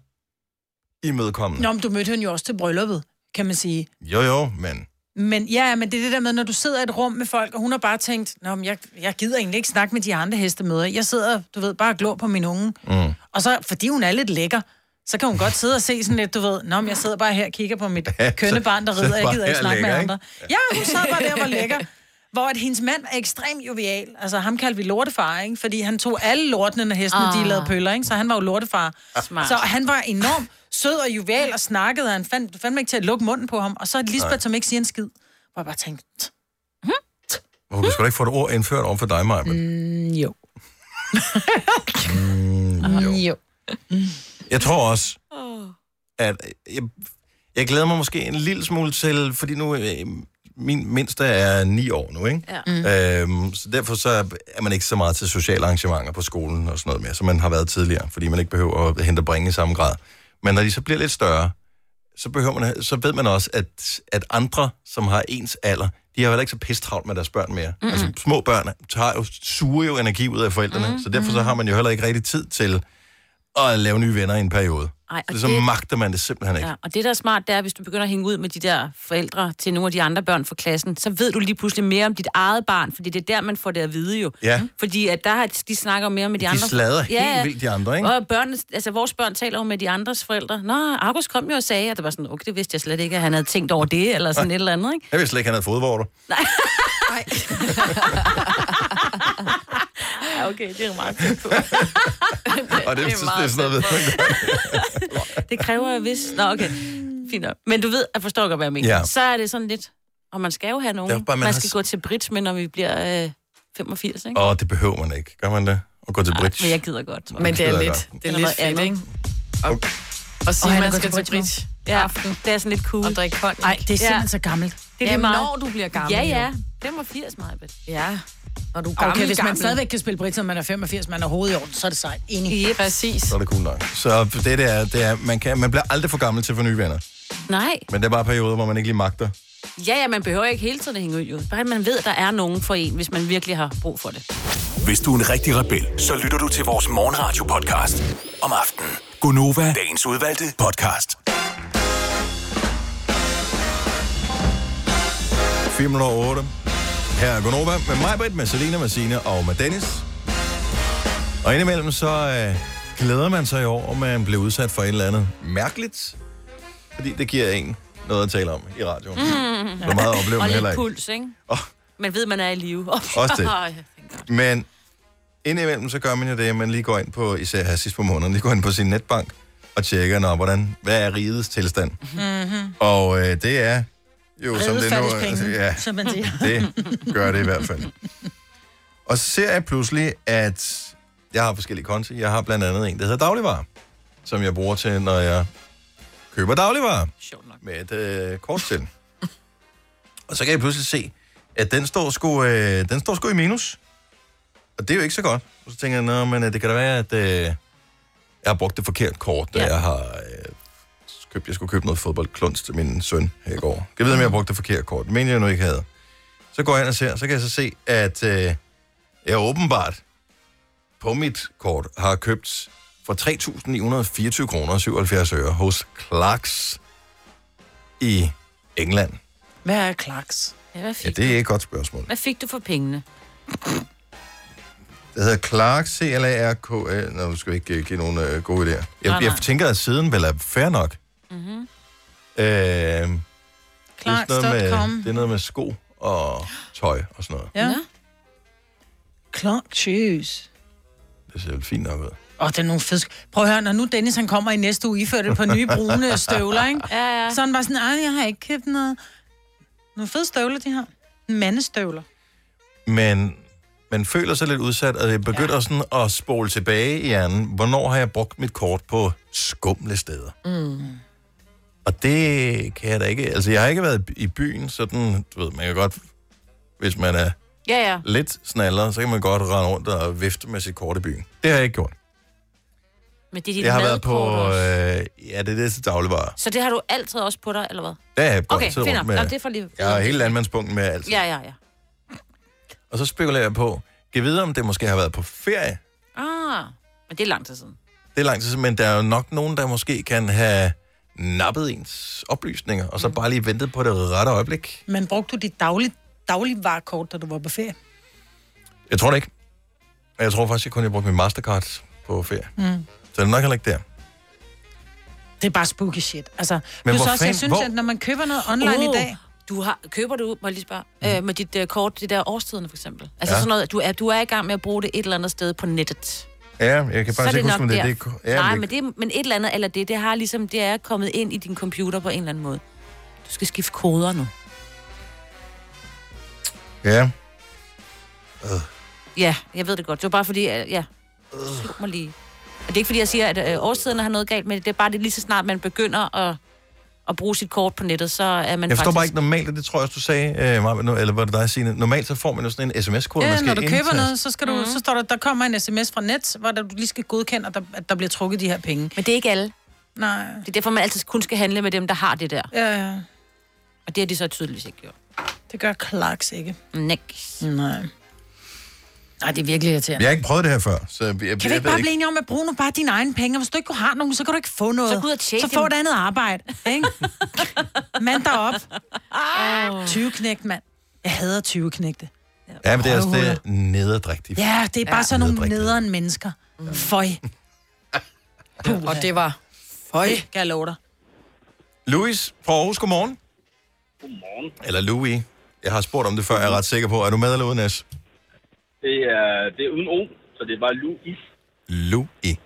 S1: imødekommende.
S3: Nå, men du mødte hende jo også til brylluppet, kan man sige.
S1: Jo, jo, men...
S3: Men ja, men det er det der med, når du sidder i et rum med folk, og hun har bare tænkt, Nå, men jeg, jeg gider egentlig ikke snakke med de andre hestemøder. Jeg sidder, du ved, bare og glor på min unge.
S1: Mm.
S3: Og så, fordi hun er lidt lækker, så kan hun godt sidde og se sådan lidt, du ved, Nå, men jeg sidder bare her og kigger på mit
S4: Ja,
S3: kønne
S4: så-
S3: barn, der
S4: så
S3: rider, jeg
S4: bare
S3: gider ikke
S4: her
S3: snakke med
S4: lækker,
S3: andre. Ja, hun sad bare der og var lækker. Hvor at hendes mand er ekstremt jovial. Altså, ham kaldte vi lortefar, ikke? Fordi han tog alle lortene, når hesten, ah. de
S4: Ah.
S3: lavede pøller, ikke? Så han var jo lortefar.
S4: Smart.
S3: Så han var enormt sød og jovial og snakkede, og han fandt, fandt mig ikke til at lukke munden på ham. Og så Lisbeth,
S1: Nej.
S3: som ikke siger en skid, hvor jeg bare tænkte, "Tsk,
S1: Hun kunne sgu da ikke få et ord indført over for dig, Maja.
S3: Mm, jo.
S1: Mm,
S3: jo.
S1: Jeg tror også, at øh, jeg, jeg glæder mig måske en lille smule til, fordi nu øh, min mindste er ni år nu, ikke?
S20: Ja.
S1: Øhm, så derfor så er man ikke så meget til sociale arrangementer på skolen og sådan noget mere, som man har været tidligere, fordi man ikke behøver at hente og bringe i samme grad. Men når de så bliver lidt større, så, behøver man, så ved man også, at, at andre, som har ens alder, de har heller ikke så pisse travlt med deres børn mere. Mm-hmm. Altså, små børn tager jo, suger jo energi ud af forældrene,
S2: Mm,
S1: mm-hmm. så derfor så har man jo heller ikke rigtig tid til at lave nye venner i en periode.
S2: Ej, og
S1: så, så
S2: det-
S1: magter man det simpelthen ikke.
S2: Ja, og det, der er smart, det er, hvis du begynder at hænge ud med de der forældre til nogle af de andre børn fra klassen, så ved du lige pludselig mere om dit eget barn, fordi det er der, man får det at vide jo.
S1: Ja.
S2: Fordi at der har, de snakker mere med de,
S1: De
S2: andre.
S1: sladrer helt vildt, de andre, ikke?
S2: Og børn, altså, vores børn taler jo med de andres forældre. Nå, Argus kom jo og sagde, at det var sådan, okay, det vidste jeg slet ikke, at han havde tænkt over det, eller sådan et eller andet, ikke?
S1: Jeg vidste slet ikke, han havde fodvorter.
S2: Ja, okay, det er meget
S1: Og det, det, er, det er
S2: meget
S1: sådan noget, ved man godt.
S2: Det kræver jeg vis. Nå, okay. Fint nok. Men du ved, jeg forstår godt, hvad jeg mener.
S1: Ja.
S2: Ja. Så er det sådan lidt, og man skal jo have nogen.
S1: Det er jo bare,
S2: man,
S1: man
S2: man
S1: har
S2: skal
S1: s-
S2: gå til Brits, men når vi bliver øh, 85, ikke?
S1: Åh, det behøver man ikke. Gør man det? Og gå til bridge.
S2: Men jeg gider godt.
S1: Men det er Gider jeg lidt-
S4: godt. det er lidt fedt, ikke? Og sige,
S2: han
S4: at man
S2: er gået
S4: skal
S2: til
S4: til bridge.
S2: Ja, aften. det er sådan lidt cool. Og
S4: drikke konjak.
S2: Nej,
S4: det er simpelthen så
S3: gammelt.
S2: Det er lige
S4: Jamen,
S2: meget.
S4: når du bliver gammel,
S2: Ja,
S4: jo.
S2: ja. 85, Majbet.
S4: Ja. Når du er
S3: Gammel,
S4: gammel,
S3: okay, hvis man
S4: gammel.
S3: stadigvæk kan spille britter, man er 85, man er hovedet i orden, så er det sejt. Enig. Mhm.
S4: Ja, præcis.
S1: Så er det cool nok. Så det der, det er, man, kan, man bliver aldrig for gammel til at få nye venner.
S2: Nej.
S1: Men det er bare perioder, hvor man ikke lige magter.
S2: Ja, ja, man behøver ikke hele tiden at hænge ud, jo. Bare at man ved, at der er nogen for en, hvis man virkelig har brug for det.
S5: Hvis du er en rigtig rebel, så lytter du til vores morgenradio-podcast om aftenen. Gunova, dagens udvalgte podcast.
S1: 4 minutter over 8. Her er Gonova med mig, Britt, med Selina, med Signe og med Dennis. Og indimellem så øh, glæder man sig over, om man bliver udsat for et eller andet mærkeligt. Fordi det giver en noget at tale om i radioen.
S2: Mm.
S1: Hvor meget oplever man
S2: og lidt
S1: heller ikke.
S2: puls, ikke?
S1: Oh.
S2: Man ved, man er i live.
S1: Også det. Men indimellem så gør man jo det, at man lige går ind på, især her sidst på måneden, lige går ind på sin netbank og tjekker, nå, hvordan, hvad er rigets tilstand?
S3: Mm-hmm.
S1: Og øh, det er jo, som det nu er.
S3: penge,
S1: ja,
S3: som man siger.
S1: det gør det i hvert fald. Og så ser jeg pludselig, at jeg har forskellige konti. Jeg har blandt andet en, der hedder dagligvarer, som jeg bruger til, når jeg køber dagligvarer. Sjovt nok. Med et øh, kort til. og så kan jeg pludselig se, at den står sgu, øh, den står sgu i minus. Og det er jo ikke så godt. Og så tænker jeg, Nå, men øh, det kan da være, at øh, jeg har brugt det forkert kort, da ja. jeg har øh, købt, jeg skulle købe noget fodboldklunds til min søn her i går. Jeg ved, om jeg brugte det forkerte kort. Men jeg nu ikke havde. Så går jeg ind og ser, så kan jeg så se, at øh, jeg åbenbart på mit kort har købt for 3.924 kroner og 77 øre hos Clarks i England.
S3: Hvad er Clarks?
S2: Ja, hvad
S1: Ja,
S2: fik,
S1: det er et godt spørgsmål.
S2: hvad fik du for pengene?
S1: Det hedder Clark, C-L-A-R-K. øh, Nå, nu skal vi ikke øh, give nogen øh, gode idéer.
S2: Nej,
S1: Jeg,
S2: nej.
S1: jeg tænker, at siden vel er fair nok.
S2: Mm-hmm.
S1: Øh, Det er, sådan noget med,
S3: Clarks.com.
S1: det er noget med sko og tøj og sådan noget.
S3: Ja. Clark shoes.
S1: Det ser vel fint nok ud.
S3: Åh, det er nogle fede sko- Prøv at høre, når nu Dennis han kommer i næste uge, iført det på nye brune støvler, ikke?
S2: Ja, ja.
S3: Så er han bare sådan, nej, jeg har ikke købt noget. Nogle fede støvler, de har. Mandestøvler.
S1: Men man føler sig lidt udsat, og det begynder ja. sådan at spole tilbage i hjernen. Hvornår har jeg brugt mit kort på skumle steder?
S3: Mm.
S1: Og det kan jeg da ikke. Altså, jeg har ikke været i byen sådan, du ved, man kan godt, hvis man er
S2: Ja, ja.
S1: lidt snaller, så kan man godt rende rundt og vifte med sit kort i byen. Det har jeg ikke gjort.
S2: Men det er dit
S1: jeg har været på,
S2: madkort også.
S1: øh, ja, det er det til dagligvarer.
S2: Så det har du altid også på dig, eller hvad?
S1: Der er jeg
S2: Okay,
S1: altid
S2: fint
S1: rundt
S2: nok.
S1: med.
S2: Nå, det er for lige...
S1: Jeg har hele landmandspunkten med alt.
S2: Ja, ja, ja.
S1: Og så spekulerer jeg på, kan jeg vide, om det måske har været på ferie?
S2: Ah, men det er lang tid siden.
S1: Det er lang tid, siden, men der er jo nok nogen, der måske kan have nappet ens oplysninger, og så bare lige ventet på det rette øjeblik.
S3: Men brugte du dit daglig, dagligvarekort, da du var på ferie?
S1: Jeg tror det ikke. Jeg tror faktisk, jeg kun har brugt min Mastercard på ferie.
S3: Mm.
S1: Så det er nok heller ikke der.
S3: Det er bare spooky shit. Altså,
S1: Men
S3: Men
S1: hvor
S3: så også, jeg
S1: fanden-
S3: synes,
S1: hvor-
S3: at når man køber noget online oh. i dag...
S2: Du har, køber du, må jeg lige spørge, øh, med dit øh, kort, det der årstiderne for eksempel? Altså
S1: Mhm. Ja.
S2: ja. sådan noget, at du er, du er i gang med at bruge det et eller andet sted på nettet.
S1: Ja, jeg kan
S2: Så er
S1: faktisk ikke huske,
S2: nok
S1: om det er
S2: der.
S1: det. Ja,
S2: Nej,
S1: det-
S2: men, det, er- men et eller andet, eller det, det har ligesom, det er kommet ind i din computer på en eller anden måde. Du skal skifte koder nu.
S1: Ja.
S2: Ja, jeg ved det godt. Det var bare fordi, øh, ja, slog mig lige. Og det er ikke, fordi jeg siger, at øh, årstiderne har noget galt, men det er bare det lige så snart, man begynder at, at bruge sit kort på nettet, så er man
S1: jeg forstår
S2: faktisk...
S1: bare ikke normalt, og det tror jeg også, du sagde, øh, Maja, nu- eller var det dig, Signe? Normalt så får man jo sådan en sms-kode, man
S3: Ja,
S1: skal
S3: Øh, når du køber
S1: indtaste.
S3: noget, så, skal du, mm. så står der, der kommer en sms fra Nets, hvor der, du lige skal godkende, at der, at der bliver trukket de her penge.
S2: Men det er ikke alle.
S3: Nej.
S2: Det er derfor, man altid kun skal handle med dem, der har det der.
S3: Ja, ja.
S2: Og det har de så tydeligvis ikke gjort.
S3: Det gør Clarks ikke.
S2: Nix.
S3: Nej. Nej, det er virkelig irriterende.
S1: Jeg har ikke prøvet det her før, så jeg, jeg,
S3: Kan vi
S1: jeg
S3: ikke bare blive enige om at bruge nu bare dine egne penge? Og Hvis du ikke har nogen, så kan du ikke få noget.
S2: Så gå ud og tjene
S3: Så få
S2: dem.
S3: et andet arbejde, ikke? mand dig op. Oh. 20 knægt, mand. Jeg hader 20 knægte.
S1: Ja, men det er altså
S3: Røvhuller.
S1: det nederdrægtige.
S3: Ja, det er bare ja. sådan nogle nederen mennesker. Mm. Føj.
S4: Og det var...
S3: Føj. Det kan jeg love dig.
S1: Louis fra Aarhus, godmorgen.
S20: Godmorgen.
S1: Eller Louis. Jeg har spurgt om det før, jeg er ret sikker på. Er du med eller uden S?
S20: Det er, det er uden O, så det er bare Louis.
S1: Louis.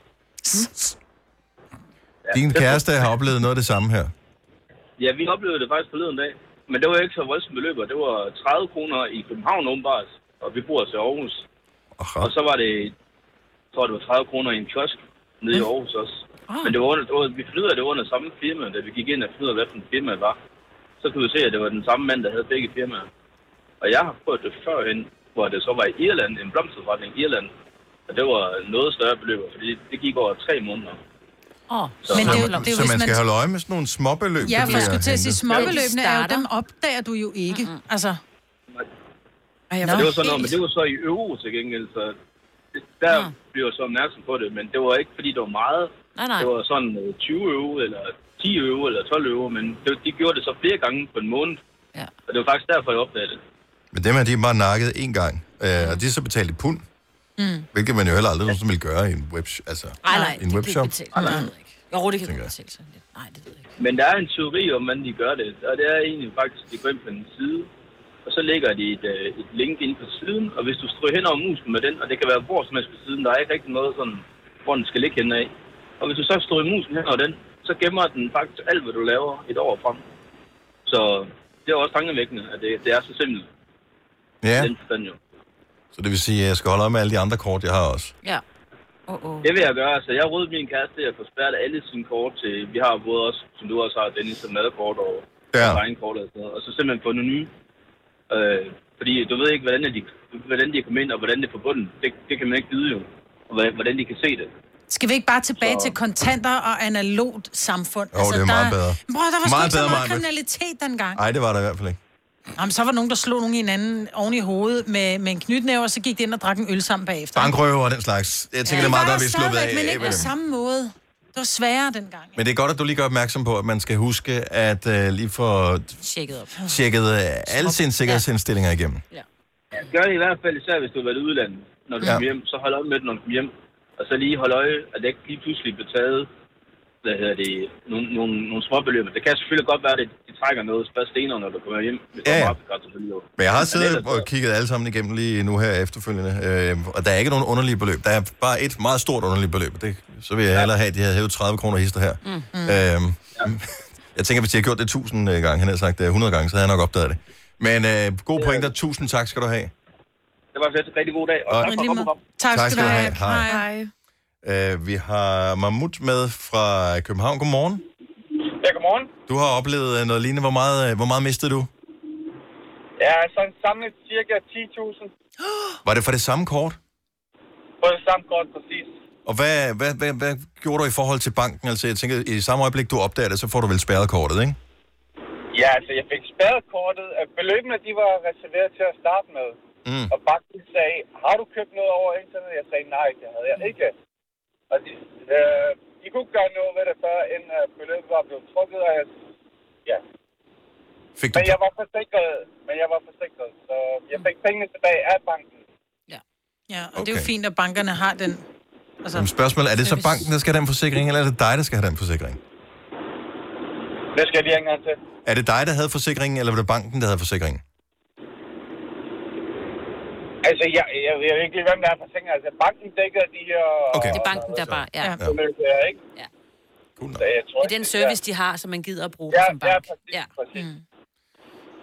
S1: Din kæreste har oplevet noget af det samme her.
S20: Ja, vi oplevede det faktisk forleden dag. Men det var jo ikke så voldsomt beløb, og det var 30 kroner i København åbenbart, og vi bor altså i Aarhus.
S1: Aha.
S20: Og så var det, jeg tror det var 30 kroner i en kiosk nede i Aarhus også.
S9: Ah.
S20: Men det var, under, det var, vi flyder det var under samme firma, da vi gik ind og flyder, hvad for en firma det var. Så kunne vi se, at det var den samme mand, der havde begge firmaer. Og jeg har prøvet det førhen, hvor det så var i Irland, en blomsterforretning i Irland. Og det var noget større beløb, fordi det gik over tre måneder.
S3: Oh.
S1: Så, men det, så, det, så man skal holde øje med sådan nogle småbeløb. der
S3: Ja, for jeg
S1: bliver
S3: skulle til at sige,
S1: hentet.
S3: småbeløbene er jo, dem opdager du jo ikke. Mm-hmm. Altså. Ej, jeg
S20: Men
S3: var
S20: det var så noget,
S3: helt-
S20: men det var så i euro til gengæld, så det- der ja. blev jeg så opmærksom på det, men det var ikke fordi det var meget.
S2: Nej, nej.
S20: Det var sådan øh, 20 euro, eller 10 euro, eller 12 euro, men det, de gjorde det så flere gange på en måned.
S2: Ja.
S20: Og det var faktisk derfor, jeg opdagede det.
S1: Men dem her, de er bare nakket én gang. Øh, og de er så betalt i pund,
S2: Mm.
S1: hvilket man jo heller aldrig nogensinde ville gøre i en web, altså,
S2: Ej, nej,
S1: i en
S20: det
S1: webshop.
S20: bliver betalt. Ej, nej.
S1: Mm.
S2: Jo, det kan du godt selv. så.
S20: Men der er en teori om, hvordan de gør det, og det er egentlig faktisk, at de går ind på en side, og så lægger de et, øh, et link ind på siden, og hvis du stryger hen over musen med den, og det kan være hvor som helst på siden, der er ikke rigtig noget sådan, hvor den skal ligge henne af. Og hvis du så stryger musen hen over den, så gemmer den faktisk alt, hvad du laver et år frem. Så det er også tankevækkende, at det, det er så simpelt.
S1: Ja,
S20: Den forstand jo.
S1: så det vil sige, at jeg skal holde øje med alle de andre kort, jeg har også.
S2: Ja. Oh, oh.
S20: Det vil jeg gøre. Så jeg rådede min kæreste til at få spærret alle sine kort til... Vi har både også, som du også har, Dennis, som madkort og
S1: Ja.
S20: tegnkort og sådan noget. Og så simpelthen få nogle nye. Øh, fordi du ved ikke, hvordan er de, hvordan de er kommet ind, og hvordan det er forbundet. Det, det kan man ikke vide jo. Og hvordan, hvordan de kan se det.
S3: Skal vi ikke bare tilbage
S20: Så-
S3: til kontanter og analogt samfund? Altså,
S1: Jo, det er meget bedre.
S3: Bro, der var sgu
S1: Meget
S3: ikke så
S1: bedre,
S3: meget
S1: Maja.
S3: kriminalitet dengang.
S1: Nej, det var der i hvert fald ikke.
S3: Jamen, så var nogen, der slog nogen i hinanden oven i hovedet med, med en knytnæve, og så gik de ind og drak en øl sammen bagefter.
S1: Bankrøver og den slags. Jeg tænker, ja, det er
S3: var
S1: meget
S3: der
S1: godt, vi er sluppet
S3: stadigvæk,
S1: af.
S3: Men
S1: af
S3: ikke
S1: med
S3: på
S1: dem.
S3: samme måde. Det var sværere dengang.
S1: Men det er godt, at du lige gør opmærksom på, at man skal huske at uh, lige få
S2: Tjekket op.
S1: tjekket uh, alle sine sikkerhedsindstillinger igennem.
S20: Ja, gør det i hvert fald, især hvis du har været i udlandet. Når du
S1: Ja.
S20: ja. kommer hjem, så hold op med det, når du kommer hjem. Og så lige holde øje, at det ikke lige pludselig bliver taget hvad hedder det, nogle, nogle, nogle småbeløb. Det kan selvfølgelig godt være, at de trækker noget spørg senere, når du kommer hjem. Hvis
S1: Ja,
S20: ja,
S1: ja.
S20: ja. Godt, selvfølgelig. jo.
S1: Men jeg har
S20: Men
S1: siddet
S20: ellers
S1: og kigget alle sammen igennem lige nu her efterfølgende, øh, og der er ikke nogen underlige beløb. Der er bare et meget stort underligt beløb. Det, så vil jeg hellere have, at de havde hævet 30 kroner hister her. Mm. Øhm, jeg tænker, hvis de har gjort det 1000 gange, han havde sagt det 100 gange, så havde jeg nok opdaget det. Men øh, gode pointer. Tusind tak skal du have.
S20: Det var fedt. Rigtig god dag. Og,
S1: Og-
S20: og tak for at komme frem.
S1: Tak Tak skal du have. skal du have.
S20: Hej.
S1: Øh, vi har Mahmoud med fra København. Godmorgen.
S21: Ja, godmorgen.
S1: Du har oplevet øh, noget lignende. Hvor meget, øh, hvor meget mistede du?
S21: Ja, sådan samlet cirka 10.000
S1: Var det for det samme kort?
S21: på det samme kort, præcis.
S1: Og hvad, hvad, hvad, hvad gjorde du i forhold til banken? Altså, jeg tænker, i samme øjeblik, du opdager det, så får du vel spærret kortet, ikke?
S21: Ja, altså jeg fik spærret kortet. Øh, Beløbene, de var reserveret til at starte med.
S1: Mm.
S21: Og banken sagde, har du købt noget over internet? Jeg sagde, nej, det havde jeg ikke. Og de, øh, de kunne ikke gøre noget ved det, før end øh, beløbet var blevet trukket. Og jeg, ja.
S1: Fik
S21: men jeg var forsikret, men jeg var forsikret, så jeg fik pengene tilbage af banken.
S3: Ja, og okay. det er jo fint, at bankerne har den.
S2: Altså,
S1: Men spørgsmålet, er det så banken, der skal have den forsikring, eller er det dig, der skal have den forsikring?
S21: Det skal jeg lige have en gang til.
S1: Er det dig, der havde forsikringen, eller var det banken, der havde forsikringen?
S21: Altså, jeg, jeg, jeg ved ikke lige, hvem der er forsikret. Altså, banken dækker de her...
S1: Okay.
S21: Det
S2: er banken, der bare... Ja.
S21: Ja. Ja. Ikke?
S2: Ja.
S1: Cool
S21: så jeg tror,
S2: Det er den service, de har, som man gider at bruge ja, som bank. Ja, præcis. Ja. Mm.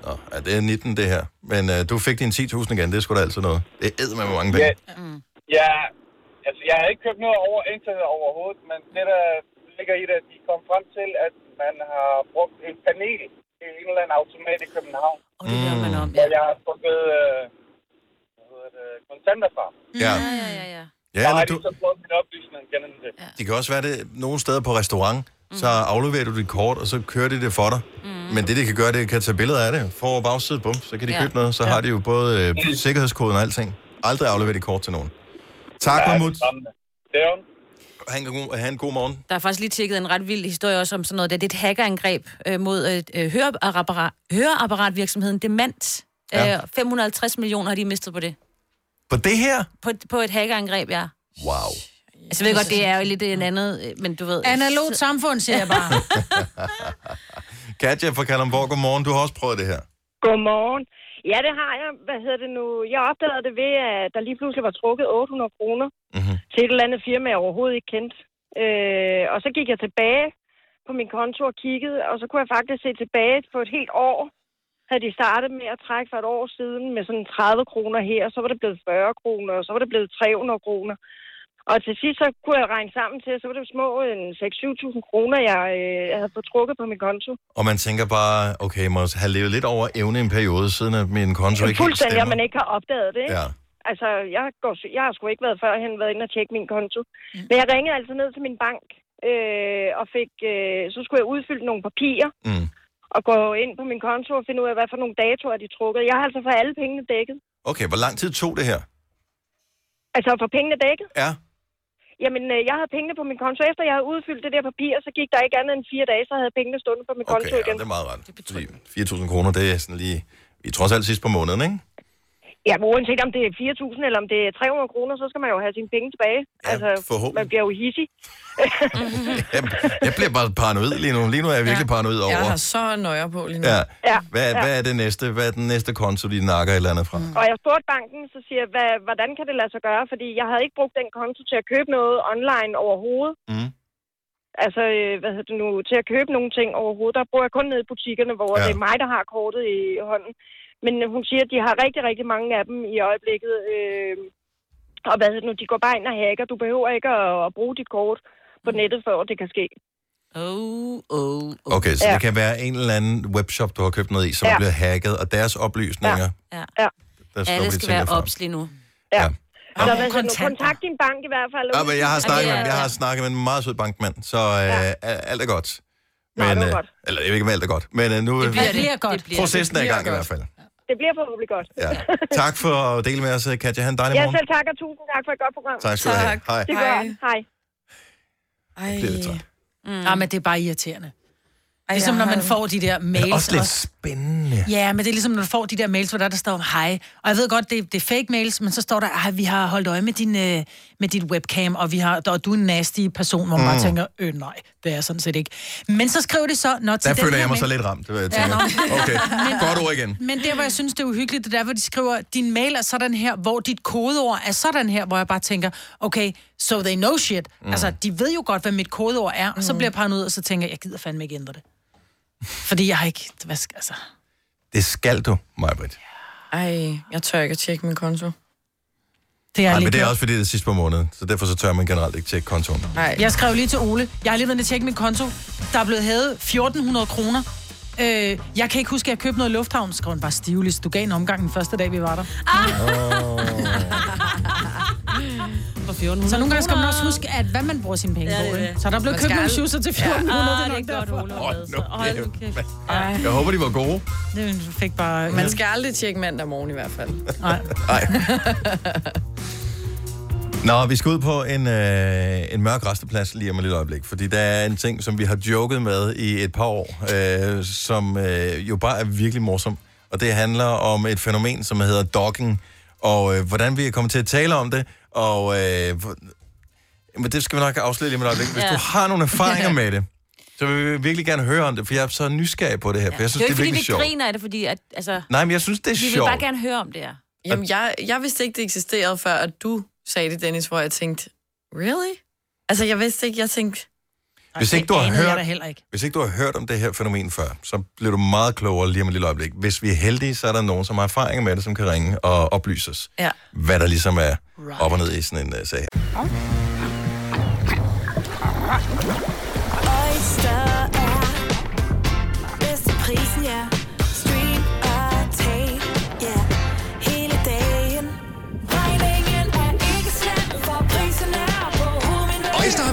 S1: Nå, ja, det er 19, det her. Men øh, du fik din 10.000 igen, det er sgu da altid noget. Det er med mange penge.
S21: Ja, Altså, jeg har ikke købt noget over internet overhovedet, men det, der ligger i det, at de kom frem til, at man har brugt et panel i en eller anden automat i København. Og det hører man om, ja. Og jeg har trukket øh, hvad hedder det, kontanter fra.
S1: Ja.
S2: Ja, ja, ja.
S1: Ja,
S21: og
S1: eller
S21: har
S1: du,
S21: de så fået min oplysning gennem det. Ja.
S1: det kan også være det nogle steder på restaurant, så afleverer du dit kort, og så kører de det for dig. Mm. Men det, de kan gøre, det kan tage billeder af det. For og bagside, bum, så kan de
S22: Ja.
S1: ja. købe noget. Så ja. har de jo både øh, sikkerhedskoden og alting. Aldrig aflevere dit kort til nogen. Tak,
S2: Ja,
S1: ja, Mahmoud.
S21: Det er
S1: han. en god- Ha' en god morgen.
S2: Der er faktisk lige tjekket en ret vild historie også om sådan noget. der. Det er et hackerangreb øh, mod øh, øh, høreapparat, høreapparatvirksomheden Demant.
S1: Ja.
S2: Ja. Øh, 550 millioner har de mistet på det.
S1: På det her?
S2: På, på et hackerangreb, ja.
S1: Wow.
S2: Altså, jeg ved godt, det er jo lidt en andet, øh, men du ved...
S3: Analogt samfund, siger jeg bare.
S1: Katja fra Kalamborg, godmorgen. Du har også prøvet det her.
S12: Godmorgen. Ja, det har jeg. Hvad hedder det nu? Jeg opdagede det ved, at der lige pludselig var trukket 800 kroner mm-hmm. til et eller andet firma, jeg overhovedet ikke kendte. Øh, og så gik jeg tilbage på min konto og kiggede, og så kunne jeg faktisk se tilbage på et helt år. Havde de startet med at trække for et år siden med sådan 30 kroner her, og så var det blevet 40 kroner, og så var det blevet 300 kroner. Og til sidst så kunne jeg regne sammen til, at så var det små en 6-7.000 kroner, jeg øh, havde fået trukket på min konto.
S1: Og man tænker bare, okay, jeg må også have levet lidt over evne i en periode, siden at min konto ikke helt
S12: Fuldstændig, at
S1: stemmer.
S12: man ikke har opdaget det. Ikke?
S1: Ja.
S12: Altså, jeg, går, jeg har sgu ikke været førhen været inde og tjekke min konto. Men jeg ringede altså ned til min bank, øh, og fik, øh, så skulle jeg udfylde nogle papirer,
S1: mm.
S12: og gå ind på min konto og finde ud af, hvad for nogle datoer de trukket. Jeg har altså fået alle pengene dækket.
S1: Okay, hvor lang tid tog det her?
S12: Altså, for pengene dækket?
S1: Ja.
S12: Jamen, øh, jeg havde pengene på min konto. Efter jeg havde udfyldt det der papir, så gik der ikke andet end fire dage, så havde jeg pengene stående på min konto
S1: Okay, ja,
S12: igen.
S1: det er meget rent. Fordi 4.000 kroner, det er sådan lige... Vi er trods alt sidst på måneden, ikke?
S12: Ja, men uanset om det er 4.000 eller om det er 300 kroner, så skal man jo have sine penge tilbage. Ja, altså,
S1: forhåbentlig.
S12: man bliver jo hissig.
S1: Jeg bliver bare paranoid lige nu. Lige nu er jeg virkelig paranoid over.
S4: Jeg har så nøjer på lige nu.
S1: Ja.
S12: Ja,
S1: Hvad,
S12: ja. Mm.
S1: hvad er det næste? Hvad er den næste konto, de nakker et eller andet fra?
S12: Og jeg spurgte banken, så siger jeg, "Hvad- hvordan kan det lade sig gøre? Fordi jeg havde ikke brugt den konto til at købe noget online overhovedet.
S1: Mm.
S12: Altså, øh, hvad hedder det nu, til at købe nogle ting overhovedet. Der bruger jeg kun ned i butikkerne, hvor
S1: Ja.
S12: ja. det er mig, der har kortet i hånden. Men øh, hun siger, at de har rigtig, rigtig mange af dem i øjeblikket. Øh, og hvad hedder det nu, de går bare ind og hacker. Du behøver ikke at, at bruge dit kort på nettet, før det kan ske.
S2: Oh, oh, oh.
S1: Okay, så
S12: Ja.
S1: det kan være en eller anden webshop, du har købt noget i, som
S12: Ja.
S1: ja. bliver hacket, og deres oplysninger, ja.
S2: Ja.
S12: ja.
S1: der slår
S2: Alle
S1: vi
S2: skal
S1: tingene
S2: være
S1: fra.
S2: ops lige nu.
S12: Ja.
S1: Nå,
S12: Så hvad hedder det nu,
S2: kontanter.
S12: kontakt din bank i hvert fald.
S1: Ja, men jeg har snakket, med, jeg har
S12: Ja.
S1: snakket med en meget sød bankmand, så øh, ja. alt er godt. Men,
S12: Nej, det var
S1: øh,
S12: godt.
S1: Eller jeg ved ikke, om alt er godt, men øh, nu
S12: Det bliver det.
S1: er
S12: Det bliver det.
S1: processen er i
S12: Det bliver
S1: gang i
S12: godt.
S1: hvert fald.
S12: Det bliver forhåbentlig godt.
S1: Ja. Tak for at dele med os, øh, Katja. Ha' en dejlig
S12: Ja,
S1: morgen.
S12: selv tak, og tusind tak for et godt program.
S1: Tak skal du have. Tak. Hej.
S12: Det gør jeg. Hej.
S4: Ej.
S1: Det er lidt træt.
S3: Mm. Nej, men det er bare irriterende. Ej, ligesom
S4: jeg
S3: når
S4: har
S3: man
S4: jo-
S3: får de der
S1: Men
S3: mails.
S1: også lidt spændende.
S3: Ja, men det er ligesom, når du får de der mails, hvor der, der står om hej. Og jeg ved godt, det, det er fake mails, men så står der, at vi har holdt øje med din, øh, med dit webcam, og, vi har, og du er en nasty person, hvor man mm. bare
S1: Mm.
S3: tænker, øh nej, det er jeg sådan set ikke. Men så skriver de så, når til
S1: Der
S3: den
S1: føler
S3: her
S1: jeg mig
S3: mail-
S1: så lidt ramt, det var jeg
S3: Ja,
S1: tænker.
S3: nå.
S1: Okay, godt ord igen.
S3: Men der, hvor jeg synes, det er uhyggeligt, det er der, hvor de skriver, din mail er sådan her, hvor dit kodeord er sådan her, hvor jeg bare tænker, okay, so they know shit. Mm.
S1: Mm.
S3: Altså, de ved jo godt, hvad mit kodeord er, og så
S4: Mm.
S3: bliver jeg paranoid, og så tænker jeg, jeg gider fandme ikke ændre det. Fordi jeg har ikke... Hvad skal, altså...
S1: Det skal du, Majbrit.
S4: Ej, jeg tør ikke at tjekke min konto.
S3: Det er
S1: Nej,
S3: lige
S1: men det er
S3: gjort.
S1: også fordi, det er sidst på måneden, så derfor så tør man generelt ikke tjekke kontoen.
S4: Nej.
S3: Jeg skrev lige til Ole, jeg har lige været inde og tjekke min konto. Der er blevet hævet 1400 kroner. Øh, jeg kan ikke huske, at jeg købte noget i Lufthavn. Så skrev han bare stivlist. Du gav en omgang den første dag, vi var der.
S2: Ah.
S3: Mm. Så nogle gange skal man også huske, at hvad man bruger sine penge ja, på. Ikke? Så der er blevet
S2: Man
S3: købt
S2: skal
S3: nogle
S2: aldrig-
S3: shoeser til
S2: Ja.
S3: 1400.
S2: Ah,
S3: det er
S2: det er
S3: nok
S2: godt, Ole har været så. Hold nu kæft.
S4: Ej.
S1: Jeg håber, de var gode.
S3: Det fik bare...
S4: Man skal aldrig tjekke mandag morgen i hvert fald.
S3: Nej.
S1: Nej. Nå, vi skal ud på en, øh, en mørk resteplads lige om et lille øjeblik, fordi der er en ting, som vi har joket med i et par år, øh, som øh, jo bare er virkelig morsom, og det handler om et fænomen, som hedder dogging, og øh, hvordan vi er kommet til at tale om det, og øh, hvor- men det skal vi nok afsløre lige om et øjeblik. Hvis
S2: Ja.
S1: ja. du har nogle erfaringer med det, så vil vi virkelig gerne høre om det, for jeg er så nysgerrig på det her, for jeg
S2: det
S1: synes,
S2: er
S1: det
S2: jo
S1: er
S2: ikke, fordi
S1: virkelig
S2: vi
S1: sjovt.
S2: griner af det, fordi at, altså,
S1: Nej, men jeg synes, det er
S2: vi vil
S1: sjovt.
S2: bare gerne høre om det her.
S4: Jamen, jeg, jeg vidste ikke, det eksisterede, før at du sagde det, Dennis, hvor jeg tænkte, really? Altså, jeg vidste ikke, jeg tænkte,
S1: Hvis ikke, du har
S3: anede jeg
S1: hørt,
S3: da heller ikke.
S1: hvis ikke du har hørt om det her fænomen før, så bliver du meget klogere lige om et lille øjeblik. Hvis vi er heldige, så er der nogen, som har erfaringer med det, som kan ringe og oplyse os,
S4: Ja.
S1: hvad der ligesom er op og ned i sådan en uh, sag. her.
S22: Oyster er bedst til prisen, ja. Stream og tag, ja. Hele dagen. Regningen er ikke slem, for prisen er på hovedet.
S23: Øjster har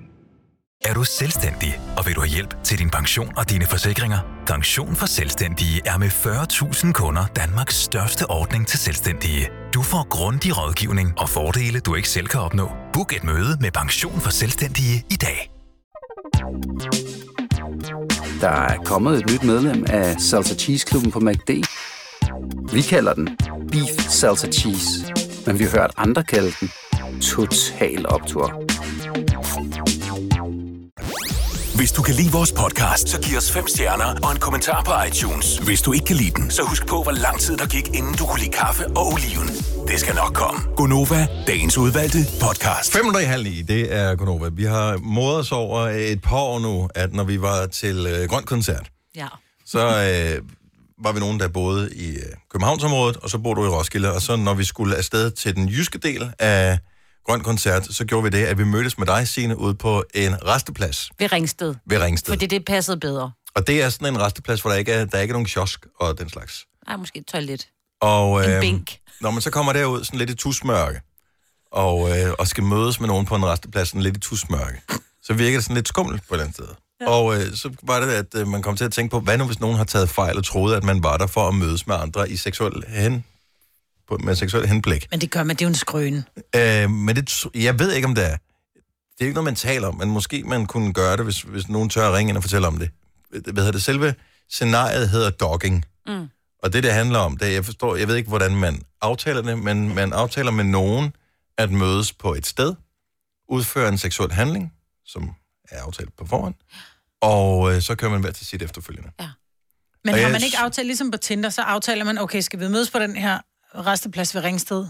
S24: Er du selvstændig, og vil du have hjælp til din pension og dine forsikringer? Pension for Selvstændige er med 40.000 kunder Danmarks største ordning til selvstændige. Du får grundig rådgivning og fordele, du ikke selv kan opnå. Book et møde med Pension for Selvstændige i dag.
S25: Der er kommet et nyt medlem af Salsa Cheese Klubben på MACD. Vi kalder den Beef Salsa Cheese, men vi har hørt andre kalde den Total Optor.
S5: Hvis du kan lide vores podcast, så giv os fem stjerner og en kommentar på iTunes. Hvis du ikke kan lide den, så husk på, hvor lang tid der gik, inden du kunne lide kaffe og oliven. Det skal nok komme.
S1: Gonova, dagens udvalgte podcast. 5 i halv ni, det er Gonova. Vi har modet os over et par år nu, at når vi var til øh, Grøn Koncert,
S2: Ja.
S1: så øh, var vi nogen, der boede i øh, Københavnsområdet, og så boede du i Roskilde, og så når vi skulle afsted til den jyske del af Grøn Koncert, så gjorde vi det, at vi mødtes med dig, Signe, ude på en resteplads
S2: Ved Ringsted.
S1: ved Ringsted.
S2: Fordi det passede bedre.
S1: Og det er sådan en resteplads, hvor der ikke er, der ikke er nogen kiosk og den slags.
S2: Nej, måske et toilet.
S1: Og,
S2: En
S1: øhm,
S2: bænk.
S1: Når man så kommer derud sådan lidt i tusmørke, og, øh, og skal mødes med nogen på en resteplads sådan lidt i tusmørke, så virker det sådan lidt skummelt på et eller andet sted. Ja. Og øh, så var det, at øh, man kom til at tænke på, hvad nu hvis nogen har taget fejl og troede, at man var der for at mødes med andre i seksuel hen, på, med seksuel henblik.
S3: Men det gør man, det er jo en skrøne.
S1: Øh, men det, tr- jeg ved ikke, om det er. Det er ikke noget, man taler om, men måske man kunne gøre det, hvis, hvis nogen tør at ringe ind og fortælle om det. Hvad hedder det? Selve scenariet hedder dogging.
S2: Mm.
S1: Og det, det handler om, det er, jeg forstår, jeg ved ikke, hvordan man aftaler det, men man aftaler med nogen at mødes på et sted, udføre en seksuel handling, som er aftalt på forhånd, og øh, så kører man hver til sit efterfølgende. Ja.
S3: Men
S1: Og
S3: har
S1: jeg
S3: man ikke aftalt, ligesom på Tinder, så aftaler man, okay, skal vi mødes på den her resteplads ved Ringsted?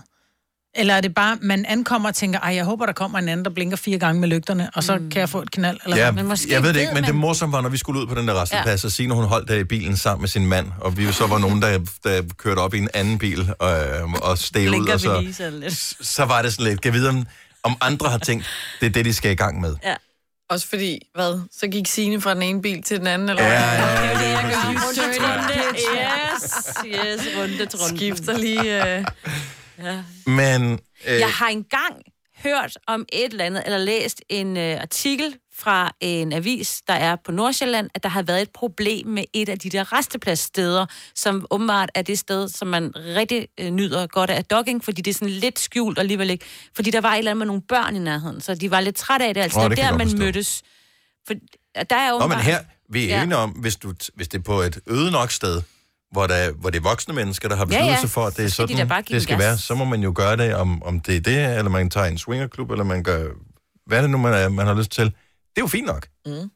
S3: Eller er det bare, man ankommer og tænker, ej, jeg håber, der kommer en anden, der blinker fire gange med lygterne, og så mm. kan jeg få et knald? Eller
S1: ja,
S3: hvad?
S1: jeg ved det ikke, men det morsomme var, når vi skulle ud på den der resteplads, ja. og Signe, hun holdt der i bilen sammen med sin mand, og vi så var nogen, der, der kørte op i en anden bil og, og steg ud, altså.
S2: Blinker
S1: og
S2: vi lige
S1: så,
S2: sådan lidt.
S1: så var det sådan lidt, kan jeg vide, om, om andre har tænkt, det er det, de skal i gang med.
S4: Ja. Også fordi, hvad, så gik Signe fra den ene bil til den anden, eller
S1: Ja,
S4: hvad?
S1: ja, ja,
S4: Det er
S1: lige
S4: det, jeg gør.
S1: præcis.
S4: Runde, til runde.
S2: Yes, yes, runde til runde.
S4: Skifter lige... Øh...
S2: Ja.
S1: Men...
S2: Øh. Jeg har engang hørt om et eller andet, eller læst en øh, artikel fra en avis, der er på Nordsjælland, at der har været et problem med et af de der restepladssteder, som åbenbart er det sted, som man rigtig øh, nyder godt af dogging, fordi det er sådan lidt skjult og alligevel ikke. Fordi der var et eller andet med nogle børn i nærheden, så de var lidt trætte af det, altså
S1: Åh,
S2: oh,
S1: det
S2: det
S1: kan jeg
S2: der,
S1: godt forstå.
S2: man mødtes. For øh, der er
S1: Nå, men
S2: åbenbart...
S1: her, vi er
S2: Ja.
S1: enige om, hvis, du, hvis det er på et øde nok sted, hvor, der, hvor det er voksne mennesker, der har
S2: Ja,
S1: besluttet
S2: ja.
S1: sig for, at det er
S2: Så skal de
S1: sådan,
S2: da bare give
S1: det
S2: den
S1: skal
S2: gas.
S1: være, så må man jo gøre det, om, om det er det, eller man tager en swingerklub, eller man gør, hvad er det nu, man, er, man har lyst til. Det er jo fint nok.
S4: Mm.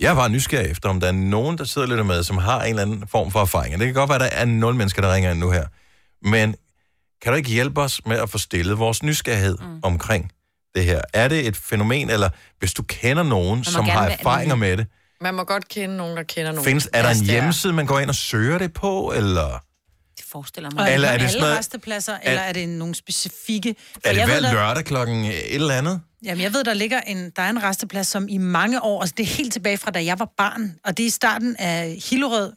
S1: Jeg er bare nysgerrig efter, om der er nogen, der sidder og lytter med, som har en eller anden form for erfaring. Og Det kan godt være, at der er nul mennesker, der ringer ind nu her. Men kan du ikke hjælpe os med at få stillet vores nysgerrighed mm. omkring det her? Er det et fænomen, eller hvis du kender nogen, som
S4: gerne
S1: har
S4: være
S1: erfaringer
S4: anonym.
S1: med det,
S4: Man må godt kende nogen, der kender nogen.
S1: Findes, er der en
S4: Altså, det
S1: hjemmeside, man går ind og søger det på, eller
S2: forestiller
S3: Og
S1: Eller er det
S3: alle
S1: sådan noget-
S3: restepladser, eller er det nogle specifikke... For
S1: er det
S3: jeg ved,
S1: hver
S3: der-
S1: lørdag klokken et eller andet?
S3: Jamen, jeg ved, der ligger en, der er en resteplads, som i mange år, altså det er helt tilbage fra, da jeg var barn, og det er i starten af Hillerød,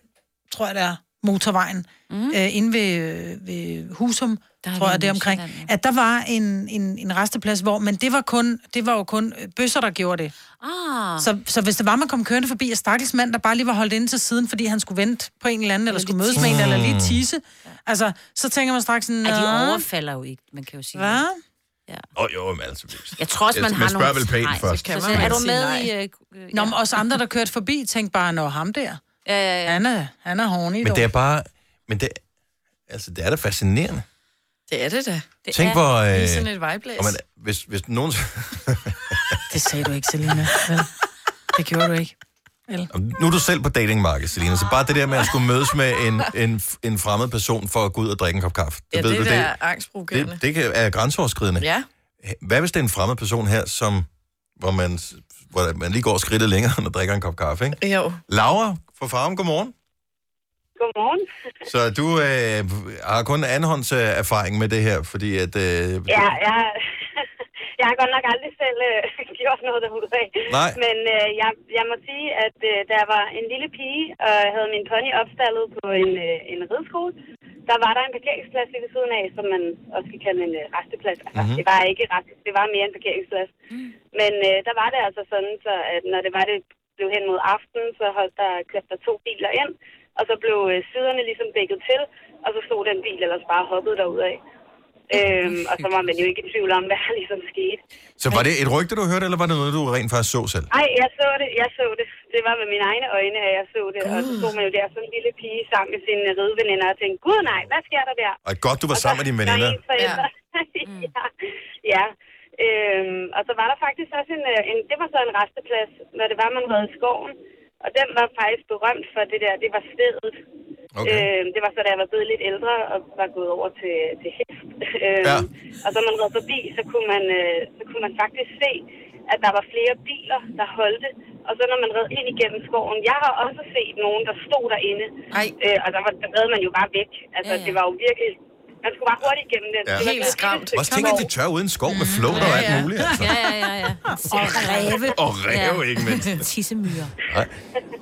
S3: tror jeg, der er motorvejen, mm. øh, inde ved, øh, ved Husum, der tror
S2: vi
S3: jeg, det er
S2: i
S3: omkring, at der var en, en, en resteplads, hvor, men det var, kun, det var jo kun øh, bøsser, der gjorde det.
S2: Ah.
S3: Så, så hvis det var, man kom kørende forbi, og stakkels mand, der bare lige var holdt inde til siden, fordi han skulle vente på en eller anden, eller skulle mødes med en, eller lige tisse, altså, så tænker man straks sådan,
S2: Mm. Ej, de
S3: "Nå."
S2: overfalder jo ikke, man kan jo sige.
S3: Hvad?
S1: Åh, oh, jo, men altså...
S2: Jeg tror også, man har
S1: man spørger
S2: nogle-
S1: vel pænt
S2: Nej, så
S1: først.
S2: kan man- Er du med i, øh,
S3: Nå, men også andre, der kørte forbi, tænkte bare, når ham der.
S2: ja, ja.
S3: Han er, han er horny,
S1: Men det er bare... Men det, altså, det er da fascinerende.
S4: Det er det da. Det
S1: Tænk,
S4: er
S1: hvor,
S4: lige
S1: øh,
S4: sådan et vejblæs.
S1: Og man, hvis, hvis nogen...
S3: Det sagde du ikke, Selina. Vel? Det gjorde du ikke. Vel?
S1: Nu er du selv på datingmarkedet, Selina, så bare det der med at skulle mødes med en, en, en fremmed person for at gå ud og drikke en kop kaffe.
S4: Ja, det,
S1: du,
S4: det der er angstprovokerende.
S1: det, det kan, er grænseoverskridende.
S4: Ja.
S1: Hvad hvis det er en fremmed person her, som, hvor, man, hvor man lige går skridtet længere, når drikker en kop kaffe, ikke?
S4: Jo.
S1: Laura fra Farum, godmorgen.
S17: Godmorgen.
S1: Så du øh, har kun andenhånds øh, erfaring med det her, fordi at... Øh,
S17: Ja, jeg, jeg har godt nok aldrig selv øh, gjort noget derude af.
S1: Nej.
S17: Men øh, jeg, jeg må sige, at øh, da jeg var en lille pige og havde min pony opstallet på en, øh, en rideskole, der var der en parkeringsplads lige ved siden af, som man også kan kalde en øh, resteplads. Altså,
S26: Mhm.
S17: mm-hmm. det var ikke rest, det var mere en parkeringsplads. Mm. Men øh, der var det altså sådan, så at når det var det blev hen mod aften, så holdt der, kørte der to biler ind, og så blev øh, siderne ligesom dækket til, og så stod den bil ellers bare hoppet derudad. Øhm, og så var man jo ikke i tvivl om, hvad der ligesom skete.
S1: Så var det et rygte, du hørte, eller var det noget, du rent faktisk så selv?
S17: Ej, jeg så det, jeg så det. Det var med mine egne øjne, at jeg så det. Og så stod man jo der som en lille pige sammen med sine rideveninder og tænkte, gud nej, hvad sker der der?
S1: Og godt, du var sammen med dine veninder.
S17: Ja. ja. ja. Øhm, og så var der faktisk også en, øh, en, det var så en resteplads, når det var, man havde i skoven. Og den var faktisk berømt for det der, det var stedet.
S1: Okay.
S17: Øhm, det var så, da jeg var blevet lidt ældre og var gået over til, til hest. Øhm, ja. Og så man red forbi, så kunne man, øh, så kunne man faktisk se, at der var flere biler, der holdte. Og så når man red ind igennem skoven, jeg har også set nogen, der stod derinde. Øh, og der, var, der red man jo bare væk. Altså, ja, ja. det var jo virkelig... Man skulle bare hurtigt igennem den. Det var sådan et lille stykke
S1: Også tænk, at de tør uden skov med flåter og alt muligt. Altså.
S17: Mm. Ja, ja, ja. ja.
S2: Og ræve.
S1: Og ræve, ikke mindst.
S2: Tissemyrer.
S1: Nej.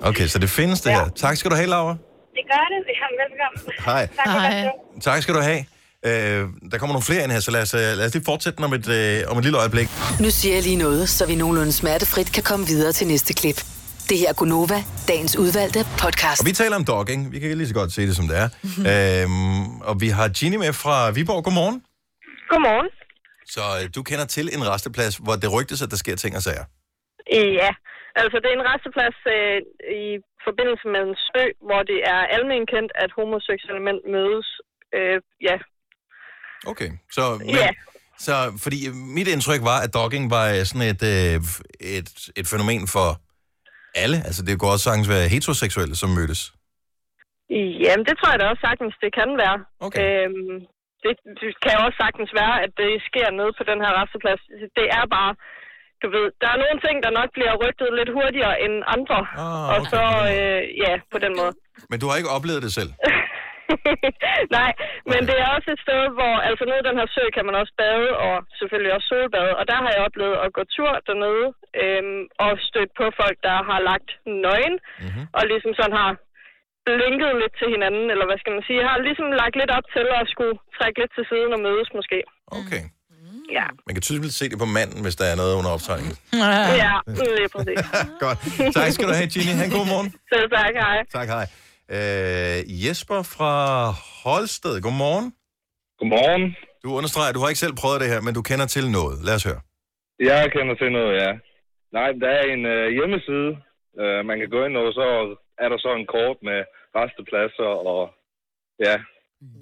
S1: Okay, så det findes det her. Tak skal du have, Laura.
S17: Det gør det. Jamen, velkommen.
S1: Hej.
S17: Tak for det.
S1: Tak skal du have. Øh, der kommer nogle flere ind her, så lad os, øh, lad os lige fortsætte den om et, øh, om et lille øjeblik.
S6: Nu siger jeg lige noget, så vi nogenlunde smertefrit kan komme videre til næste klip. Det her er Gunova, dagens udvalgte podcast.
S1: Og vi taler om dogging. Vi kan lige så godt se det, som det er. øhm, og vi har Ginny med fra Viborg. Godmorgen.
S26: Godmorgen.
S1: Så øh, du kender til en resteplads, hvor det rygtes, at der sker ting og sager.
S26: Ja, altså det er en resteplads øh, i forbindelse med en sø, hvor det er almen kendt, at homoseksuelle mænd mødes. Øh, ja,
S1: Okay. Så, men,
S26: Ja.
S1: så fordi mit indtryk var, at dogging var øh, sådan et, øh, et, et fænomen for alle. Altså det kunne også sagtens være heteroseksuelle, som mødtes.
S26: Jamen, det tror jeg da også sagtens, det kan være.
S1: Okay.
S26: Øhm, det, det kan jo også sagtens være, at det sker nede på den her resteplads. Det er bare, du ved, der er nogle ting, der nok bliver rygtet lidt hurtigere end andre.
S1: Ah,
S26: Og
S1: okay,
S26: så,
S1: på den måde.
S26: øh, ja, på den måde.
S1: Men du har ikke oplevet det selv?
S26: Nej, men det er også et sted, hvor, altså nede i den her sø kan man også bade, og selvfølgelig også solbade, og der har jeg oplevet at gå tur dernede, øhm, og stødt på folk, der har lagt nøgen, mm-hmm. og ligesom sådan har blinket lidt til hinanden, eller hvad skal man sige, har ligesom lagt lidt op til at skulle trække lidt til siden og mødes måske.
S1: Okay.
S26: Ja.
S1: Man kan tydeligt se det på manden, hvis der er noget under optegningen.
S26: Ja, lige præcis.
S1: Godt. Tak skal du have, Ginny. Ha' en god morgen.
S26: Selv tak, hej.
S1: Tak, hej. Øh, Jesper fra Holsted, godmorgen.
S27: Godmorgen.
S1: Du understreger, at du har ikke selv prøvet det her, men du kender til noget. Lad os høre.
S27: Jeg kender til noget, ja. Nej, men der er en øh, hjemmeside, øh, man kan gå ind og så er der så en kort med restepladser og ja,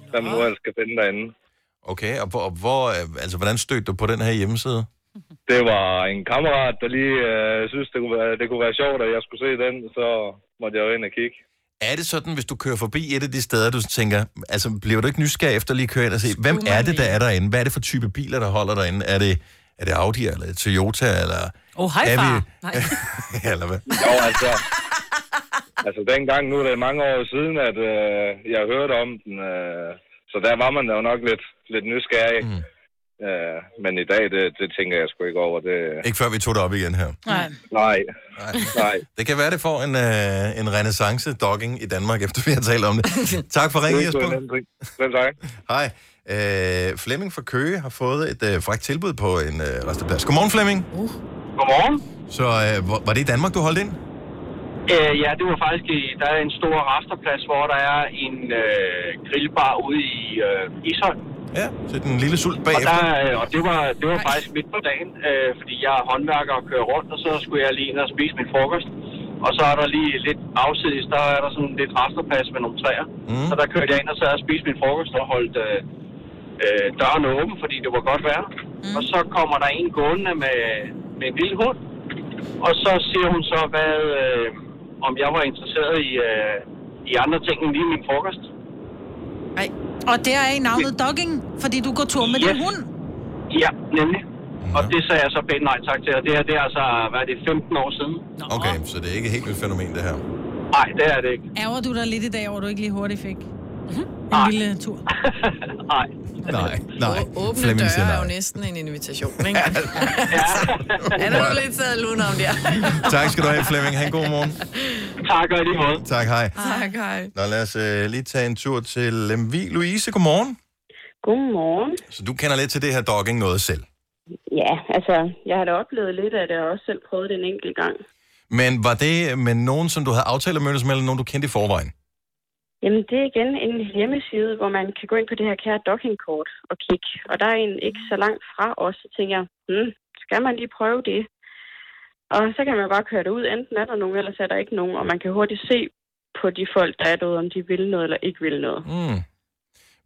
S27: hvad man nu ellers skal finde derinde.
S1: Okay, og, hvor, og hvor, øh, altså, hvordan stødte du på den her hjemmeside?
S27: Det var en kammerat, der lige øh, synes, det kunne, være, det kunne være sjovt, at jeg skulle se den, så måtte jeg jo ind og kigge.
S1: Er det sådan, hvis du kører forbi et af de steder, du tænker, altså bliver du ikke nysgerrig efter lige at køre ind og se, hvem er det, der er derinde? Hvad er det for type biler, der holder derinde? Er det, er det Audi, eller Toyota, eller...
S2: Oh, hej,
S1: Er vi-
S2: far. Nej.
S1: eller hvad?
S27: Jo, altså, altså dengang, nu er det mange år siden, at øh, jeg hørte om den, øh, så der var man jo nok lidt, lidt nysgerrig. Mm. Øh, men i dag, det, det tænker jeg sgu ikke over. Det,
S1: Ikke før vi tog det op igen her.
S27: Nej. Nej. Nej.
S1: Det kan være, det får en, øh, en renaissance dogging i Danmark, efter vi har talt om det. tak for ringen,
S27: Det er sgu en
S1: Jesper.
S27: anden ting. Selv tak.
S1: Hej. Øh, Flemming fra Køge har fået et øh, frækt tilbud på en øh, resteplads. Godmorgen, Flemming. Uh.
S28: Godmorgen.
S1: Så øh, hvor- var det i Danmark, du holdt ind?
S28: Øh, ja, det var faktisk, i, der er en stor rafterplads, hvor der er en øh, grillbar ude i øh, Ishøj.
S1: Ja, så den lille sult
S28: Og,
S1: bagefter.
S28: der, øh, og det var, det var faktisk midt på dagen, øh, fordi jeg er håndværker og kører rundt, og så skulle jeg lige ind og spise min frokost. Og så er der lige lidt afsides, der er der sådan lidt resteplads med nogle træer.
S1: Mm.
S28: Så der kørte jeg ind og sad og spiste min frokost og holdt øh, øh, døren åben, fordi det var godt vejr. Mm. Og så kommer der en gående med, med en lille hund. Og så siger hun så, hvad, øh, om jeg var interesseret i, øh, i andre ting end lige min frokost.
S3: Nej. Og der er i navnet dogging, fordi du går tur med din hund.
S28: Ja, nemlig. Og det sagde jeg så pænt nej tak til, og det her det er altså, hvad er det, 15 år siden?
S1: Okay, så det er ikke et helt nyt fænomen, det her.
S28: Nej, det er det ikke.
S3: Ærger du dig lidt i dag, hvor du ikke lige hurtigt fik
S2: Mhm.
S28: Nej.
S3: en lille tur?
S28: Nej.
S1: Nej, nej.
S4: Åbne
S1: Flemming
S4: døre
S1: siger
S4: er jo næsten en invitation, ikke? ja. Er der lidt taget lune om der?
S1: Tak skal du have, Flemming. Ha' en god morgen.
S28: Tak, og lige måde.
S1: Tak, hej.
S4: tak, hej.
S1: Nå, lad os øh, lige tage en tur til Lemvi. Louise, godmorgen.
S19: Godmorgen.
S1: Så du kender lidt til det her dogging noget selv.
S19: Ja, altså, jeg har da oplevet lidt af det, og også selv prøvet det en enkelt gang.
S1: Men var det med nogen, som du havde aftalt at mødes med, eller nogen, du kendte i forvejen?
S19: Jamen, det er igen en hjemmeside, hvor man kan gå ind på det her kære dockingkort og kigge. Og der er en ikke så langt fra os, så tænker jeg, hmm, skal man lige prøve det? Og så kan man bare køre det ud. Enten er der nogen, ellers er der ikke nogen. Og man kan hurtigt se på de folk, der er derude, om de vil noget eller ikke vil noget.
S1: Mm.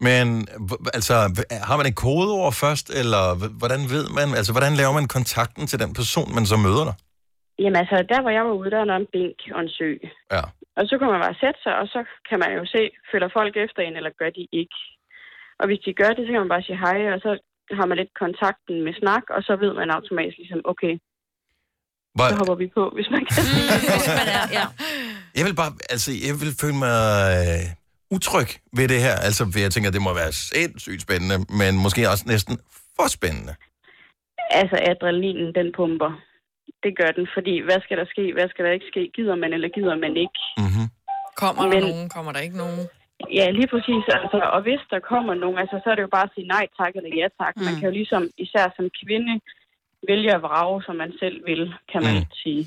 S1: Men h- altså, h- har man et kodeord først, eller h- hvordan ved man, altså hvordan laver man kontakten til den person, man så møder dig?
S19: Jamen altså, der hvor jeg var ude, der var en bænk og en sø.
S1: Ja.
S19: Og så kunne man bare sætte sig, og så kan man jo se, følger folk efter en, eller gør de ikke. Og hvis de gør det, så kan man bare sige hej, og så har man lidt kontakten med snak, og så ved man automatisk ligesom, okay,
S1: Var-
S19: så hopper vi på, hvis man kan.
S2: ja.
S1: Jeg vil bare, altså jeg vil føle mig øh, utryg ved det her, altså for jeg tænker, det må være sindssygt spændende, men måske også næsten for spændende.
S19: Altså, adrenalinen, den pumper. Det gør den, fordi hvad skal der ske, hvad skal der ikke ske? Gider man, eller gider man ikke?
S4: Kommer der
S19: Men-
S4: nogen? Kommer der ikke nogen?
S19: Ja, lige præcis. Altså, og hvis der kommer nogen, altså, så er det jo bare at sige nej tak eller ja tak. Man kan jo ligesom, især som kvinde, vælge at vrage, som man selv vil, kan man mm. sige.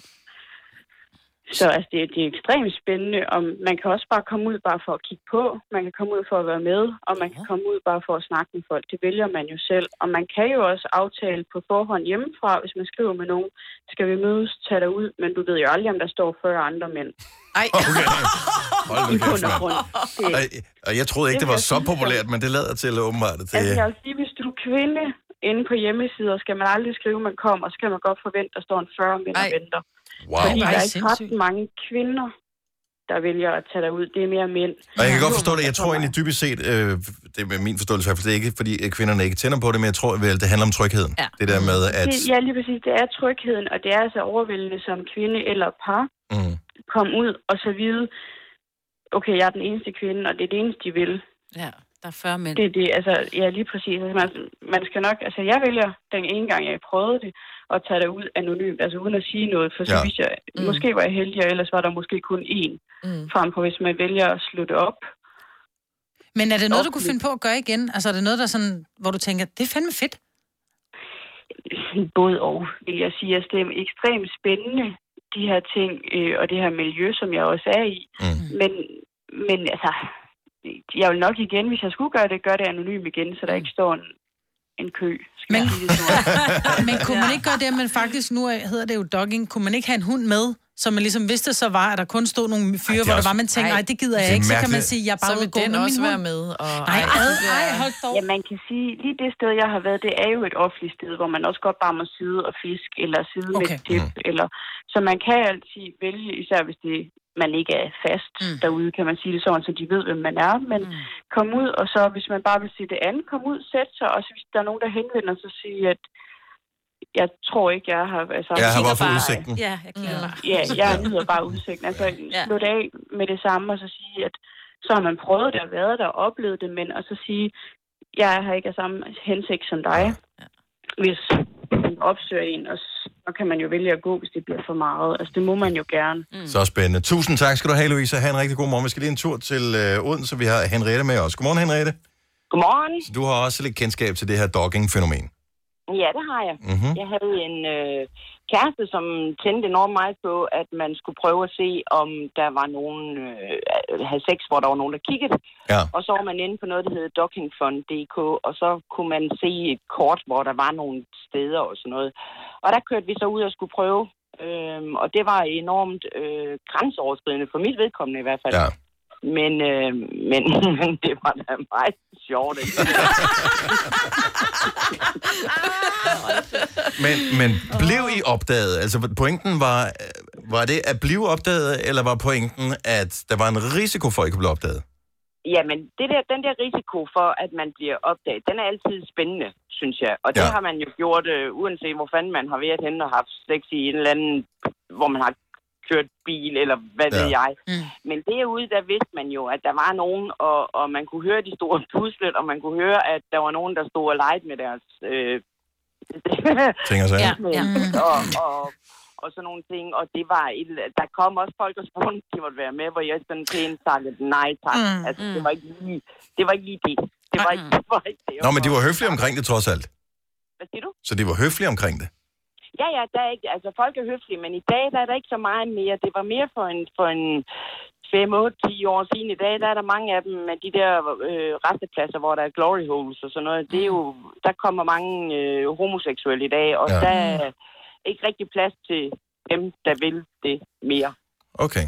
S19: Så altså, det, er- det er ekstremt spændende, og man kan også bare komme ud bare for at kigge på, man kan komme ud for at være med, og man kan komme ud bare for at snakke med folk. Det vælger man jo selv. Og man kan jo også aftale på forhånd hjemmefra, hvis man skriver med nogen, skal vi mødes, tag dig ud, men du ved jo aldrig, om der står 40 andre mænd.
S4: Ej.
S1: Okay. Hold da
S19: I
S1: kæft,
S19: bund og grund.
S1: mand.
S19: Det-
S1: Ej, Og jeg troede ikke, det var så populært, men det lader til åbenbart. at Det,
S19: Altså, jeg vil sige, hvis du er kvinde inde på hjemmesider, skal man aldrig skrive, at man kommer, så skal man godt forvente, at der står en 40 mænd og venter.
S1: Wow.
S19: Fordi
S1: Ej,
S19: der er ikke ret mange kvinder, der vælger at tage dig ud. Det er mere mænd.
S1: Og jeg kan godt forstå det. Jeg tror egentlig dybest set, øh, det er med min forståelse i hvert fald, det er ikke, fordi øh, kvinderne ikke tænder på det, men jeg tror vel, det handler om trygheden.
S19: Ja.
S1: Det der med, at...
S19: Det, ja, lige præcis. Det er trygheden, og det er altså overvældende som kvinde eller par.
S1: Mm.
S19: Kom ud og så vide, okay, jeg er den eneste kvinde, og det er det eneste, de vil.
S2: Ja, der er 40 mænd.
S19: Det er det, altså, ja, lige præcis. Altså, man, man skal nok, altså, jeg vælger den ene gang, jeg prøvede det, at tage det ud anonymt, altså uden at sige noget, for så
S1: Ja.
S19: ja. jeg, mm. måske var jeg heldig, og ellers var der måske kun én,
S4: mm.
S19: frem på, hvis man vælger at slutte op.
S3: Men er det noget, du kunne finde på at gøre igen? Altså er det noget, der sådan, hvor du tænker, det er fandme fedt?
S19: Både og, vil jeg sige. Altså, det er ekstremt spændende, de her ting, øh, og det her miljø, som jeg også er i.
S1: Mm.
S19: Men, men altså, jeg vil nok igen, hvis jeg skulle gøre det, gøre det anonymt igen, så der ikke står en, en kø. Skal men... sige det sådan.
S3: Men kunne man ikke gøre det, men faktisk nu er- hedder det jo dogging, kunne man ikke have en hund med, så man ligesom vidste så var, at der kun stod nogle fyre,
S4: det er
S3: hvor der
S4: også-
S3: var, man tænkte,
S4: Ej.
S3: nej, det gider
S4: Det er
S3: jeg ikke, så kan man
S4: mærkeligt.
S3: sige, jeg er bare
S4: Så
S3: ude
S4: vil
S3: at gå
S4: den
S3: med
S4: også
S3: min
S4: være
S3: hund.
S4: med, og-
S3: Ej,
S4: Ej,
S3: ad,
S4: det bliver-
S3: ej, hold dog.
S19: Ja, man kan sige, lige det sted, jeg har været, det er jo et offentligt sted, hvor man også godt bare må sidde og fiske, eller sidde okay. med et tip, mm. eller... Så man kan altid vælge, især hvis det, man ikke er fast mm. derude, kan man sige det sådan, så de ved, hvem man er. Men mm. kom ud, og så hvis man bare vil se det andet, kom ud, sæt sig, og så hvis der er nogen, der henvender sig, sige, at jeg tror ikke, jeg har... Altså,
S1: Jeg har bare fået udsigten.
S2: Ja, jeg kigger bare.
S19: Ja, jeg nyder bare udsigten. Altså, slå det af med det samme, og så sige, at så har man prøvet det, og været der, og oplevet det, men og så sige, jeg har ikke af samme hensigt som dig, hvis man opsøger en, og så kan man jo vælge at gå, hvis det bliver for meget. Altså, det må man jo gerne. Mm.
S1: Så spændende. Tusind tak skal du have, Louise. Ha' en rigtig god morgen. Vi skal lige en tur til øh, Odense. Vi har Henriette med os. Godmorgen, Henriette.
S29: Godmorgen.
S1: Så du har også lidt kendskab til det her dogging-fænomen.
S29: Ja, det har jeg.
S1: Mhm.
S29: Jeg havde en øh, kæreste, som tændte enormt meget på, at man skulle prøve at se, om der var nogen, øh, havde sex, hvor der var nogen, der kiggede.
S1: Ja.
S29: Og så var man inde på noget, der hedder dockingfund.dk, og så kunne man se et kort, hvor der var nogle steder og sådan noget. Og der kørte vi så ud og skulle prøve Øhm, og det var enormt øh, grænseoverskridende, for mit vedkommende i hvert fald. Ja. Men, øh, men, men det var da meget sjovt. ikke?
S1: Men, men blev I opdaget? Altså pointen var, øh, var det at blive opdaget, eller var pointen, at der var en risiko for, at I kunne blive opdaget?
S29: Jamen, det der, den der risiko for, at man bliver opdaget, den er altid spændende, synes jeg. Og det
S1: Ja.
S29: har man jo gjort, øh, uanset hvor fanden man har været henne og haft sex i en eller anden, hvor man har kørt bil, eller hvad ja. ved jeg. Mm. Men derude, der vidste man jo, at der var nogen, og, og man kunne høre de store puslet, og man kunne høre, at der var nogen, der stod og legede med deres... Øh,
S1: Ting og sager.
S29: Ja, ja. og, og, og sådan nogle ting. Og det var et, der kom også folk og spurgte, om de måtte være med, hvor jeg sådan pænt sagde, lidt, nej tak.
S1: Mm,
S29: Mm, altså, Det, var ikke lige, det var ikke lige det. Det var ikke, det var ikke det.
S1: Nå, men de var høflige omkring det trods alt.
S29: Hvad siger du?
S1: Så de var høflige omkring det.
S29: Ja, ja, der er ikke, altså folk er høflige, men i dag der er der ikke så meget mere. Det var mere for en, for en 5, 8, 10 år siden. I dag der er der mange af dem med de der øh, restepladser, hvor der er glory holes og sådan noget. Det er jo, der kommer mange øh, homoseksuelle i dag, og ja. der er ikke rigtig plads til dem, der vil det mere.
S1: Okay.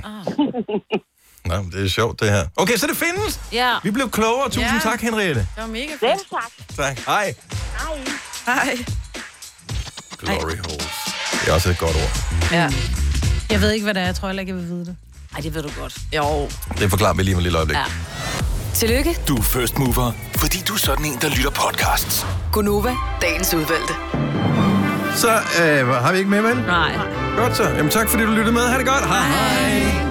S1: Nå, men det er sjovt, det her. Okay, så det findes.
S2: Ja.
S1: Vi blev klogere. Tusind
S4: Ja.
S1: tak, Henriette.
S4: Det var mega fedt. Selv tak.
S1: Tak. Hej.
S29: Hej.
S4: Hej.
S1: Glory holes. Det er også et godt ord.
S3: Ja. Jeg ved ikke, hvad det er. Jeg tror heller ikke, jeg vil vide det.
S2: Nej, det ved du godt.
S4: Jo.
S1: Det forklarer vi lige om et lille øjeblik.
S2: Ja.
S6: Tillykke,
S5: Du er first mover, fordi du er sådan en, der lytter podcasts.
S6: Gunova, dagens udvalgte.
S1: Så øh, har vi ikke med, vel?
S2: Nej.
S1: Godt så. Jamen tak, fordi du lyttede med. Ha' det godt. Hej. Hej.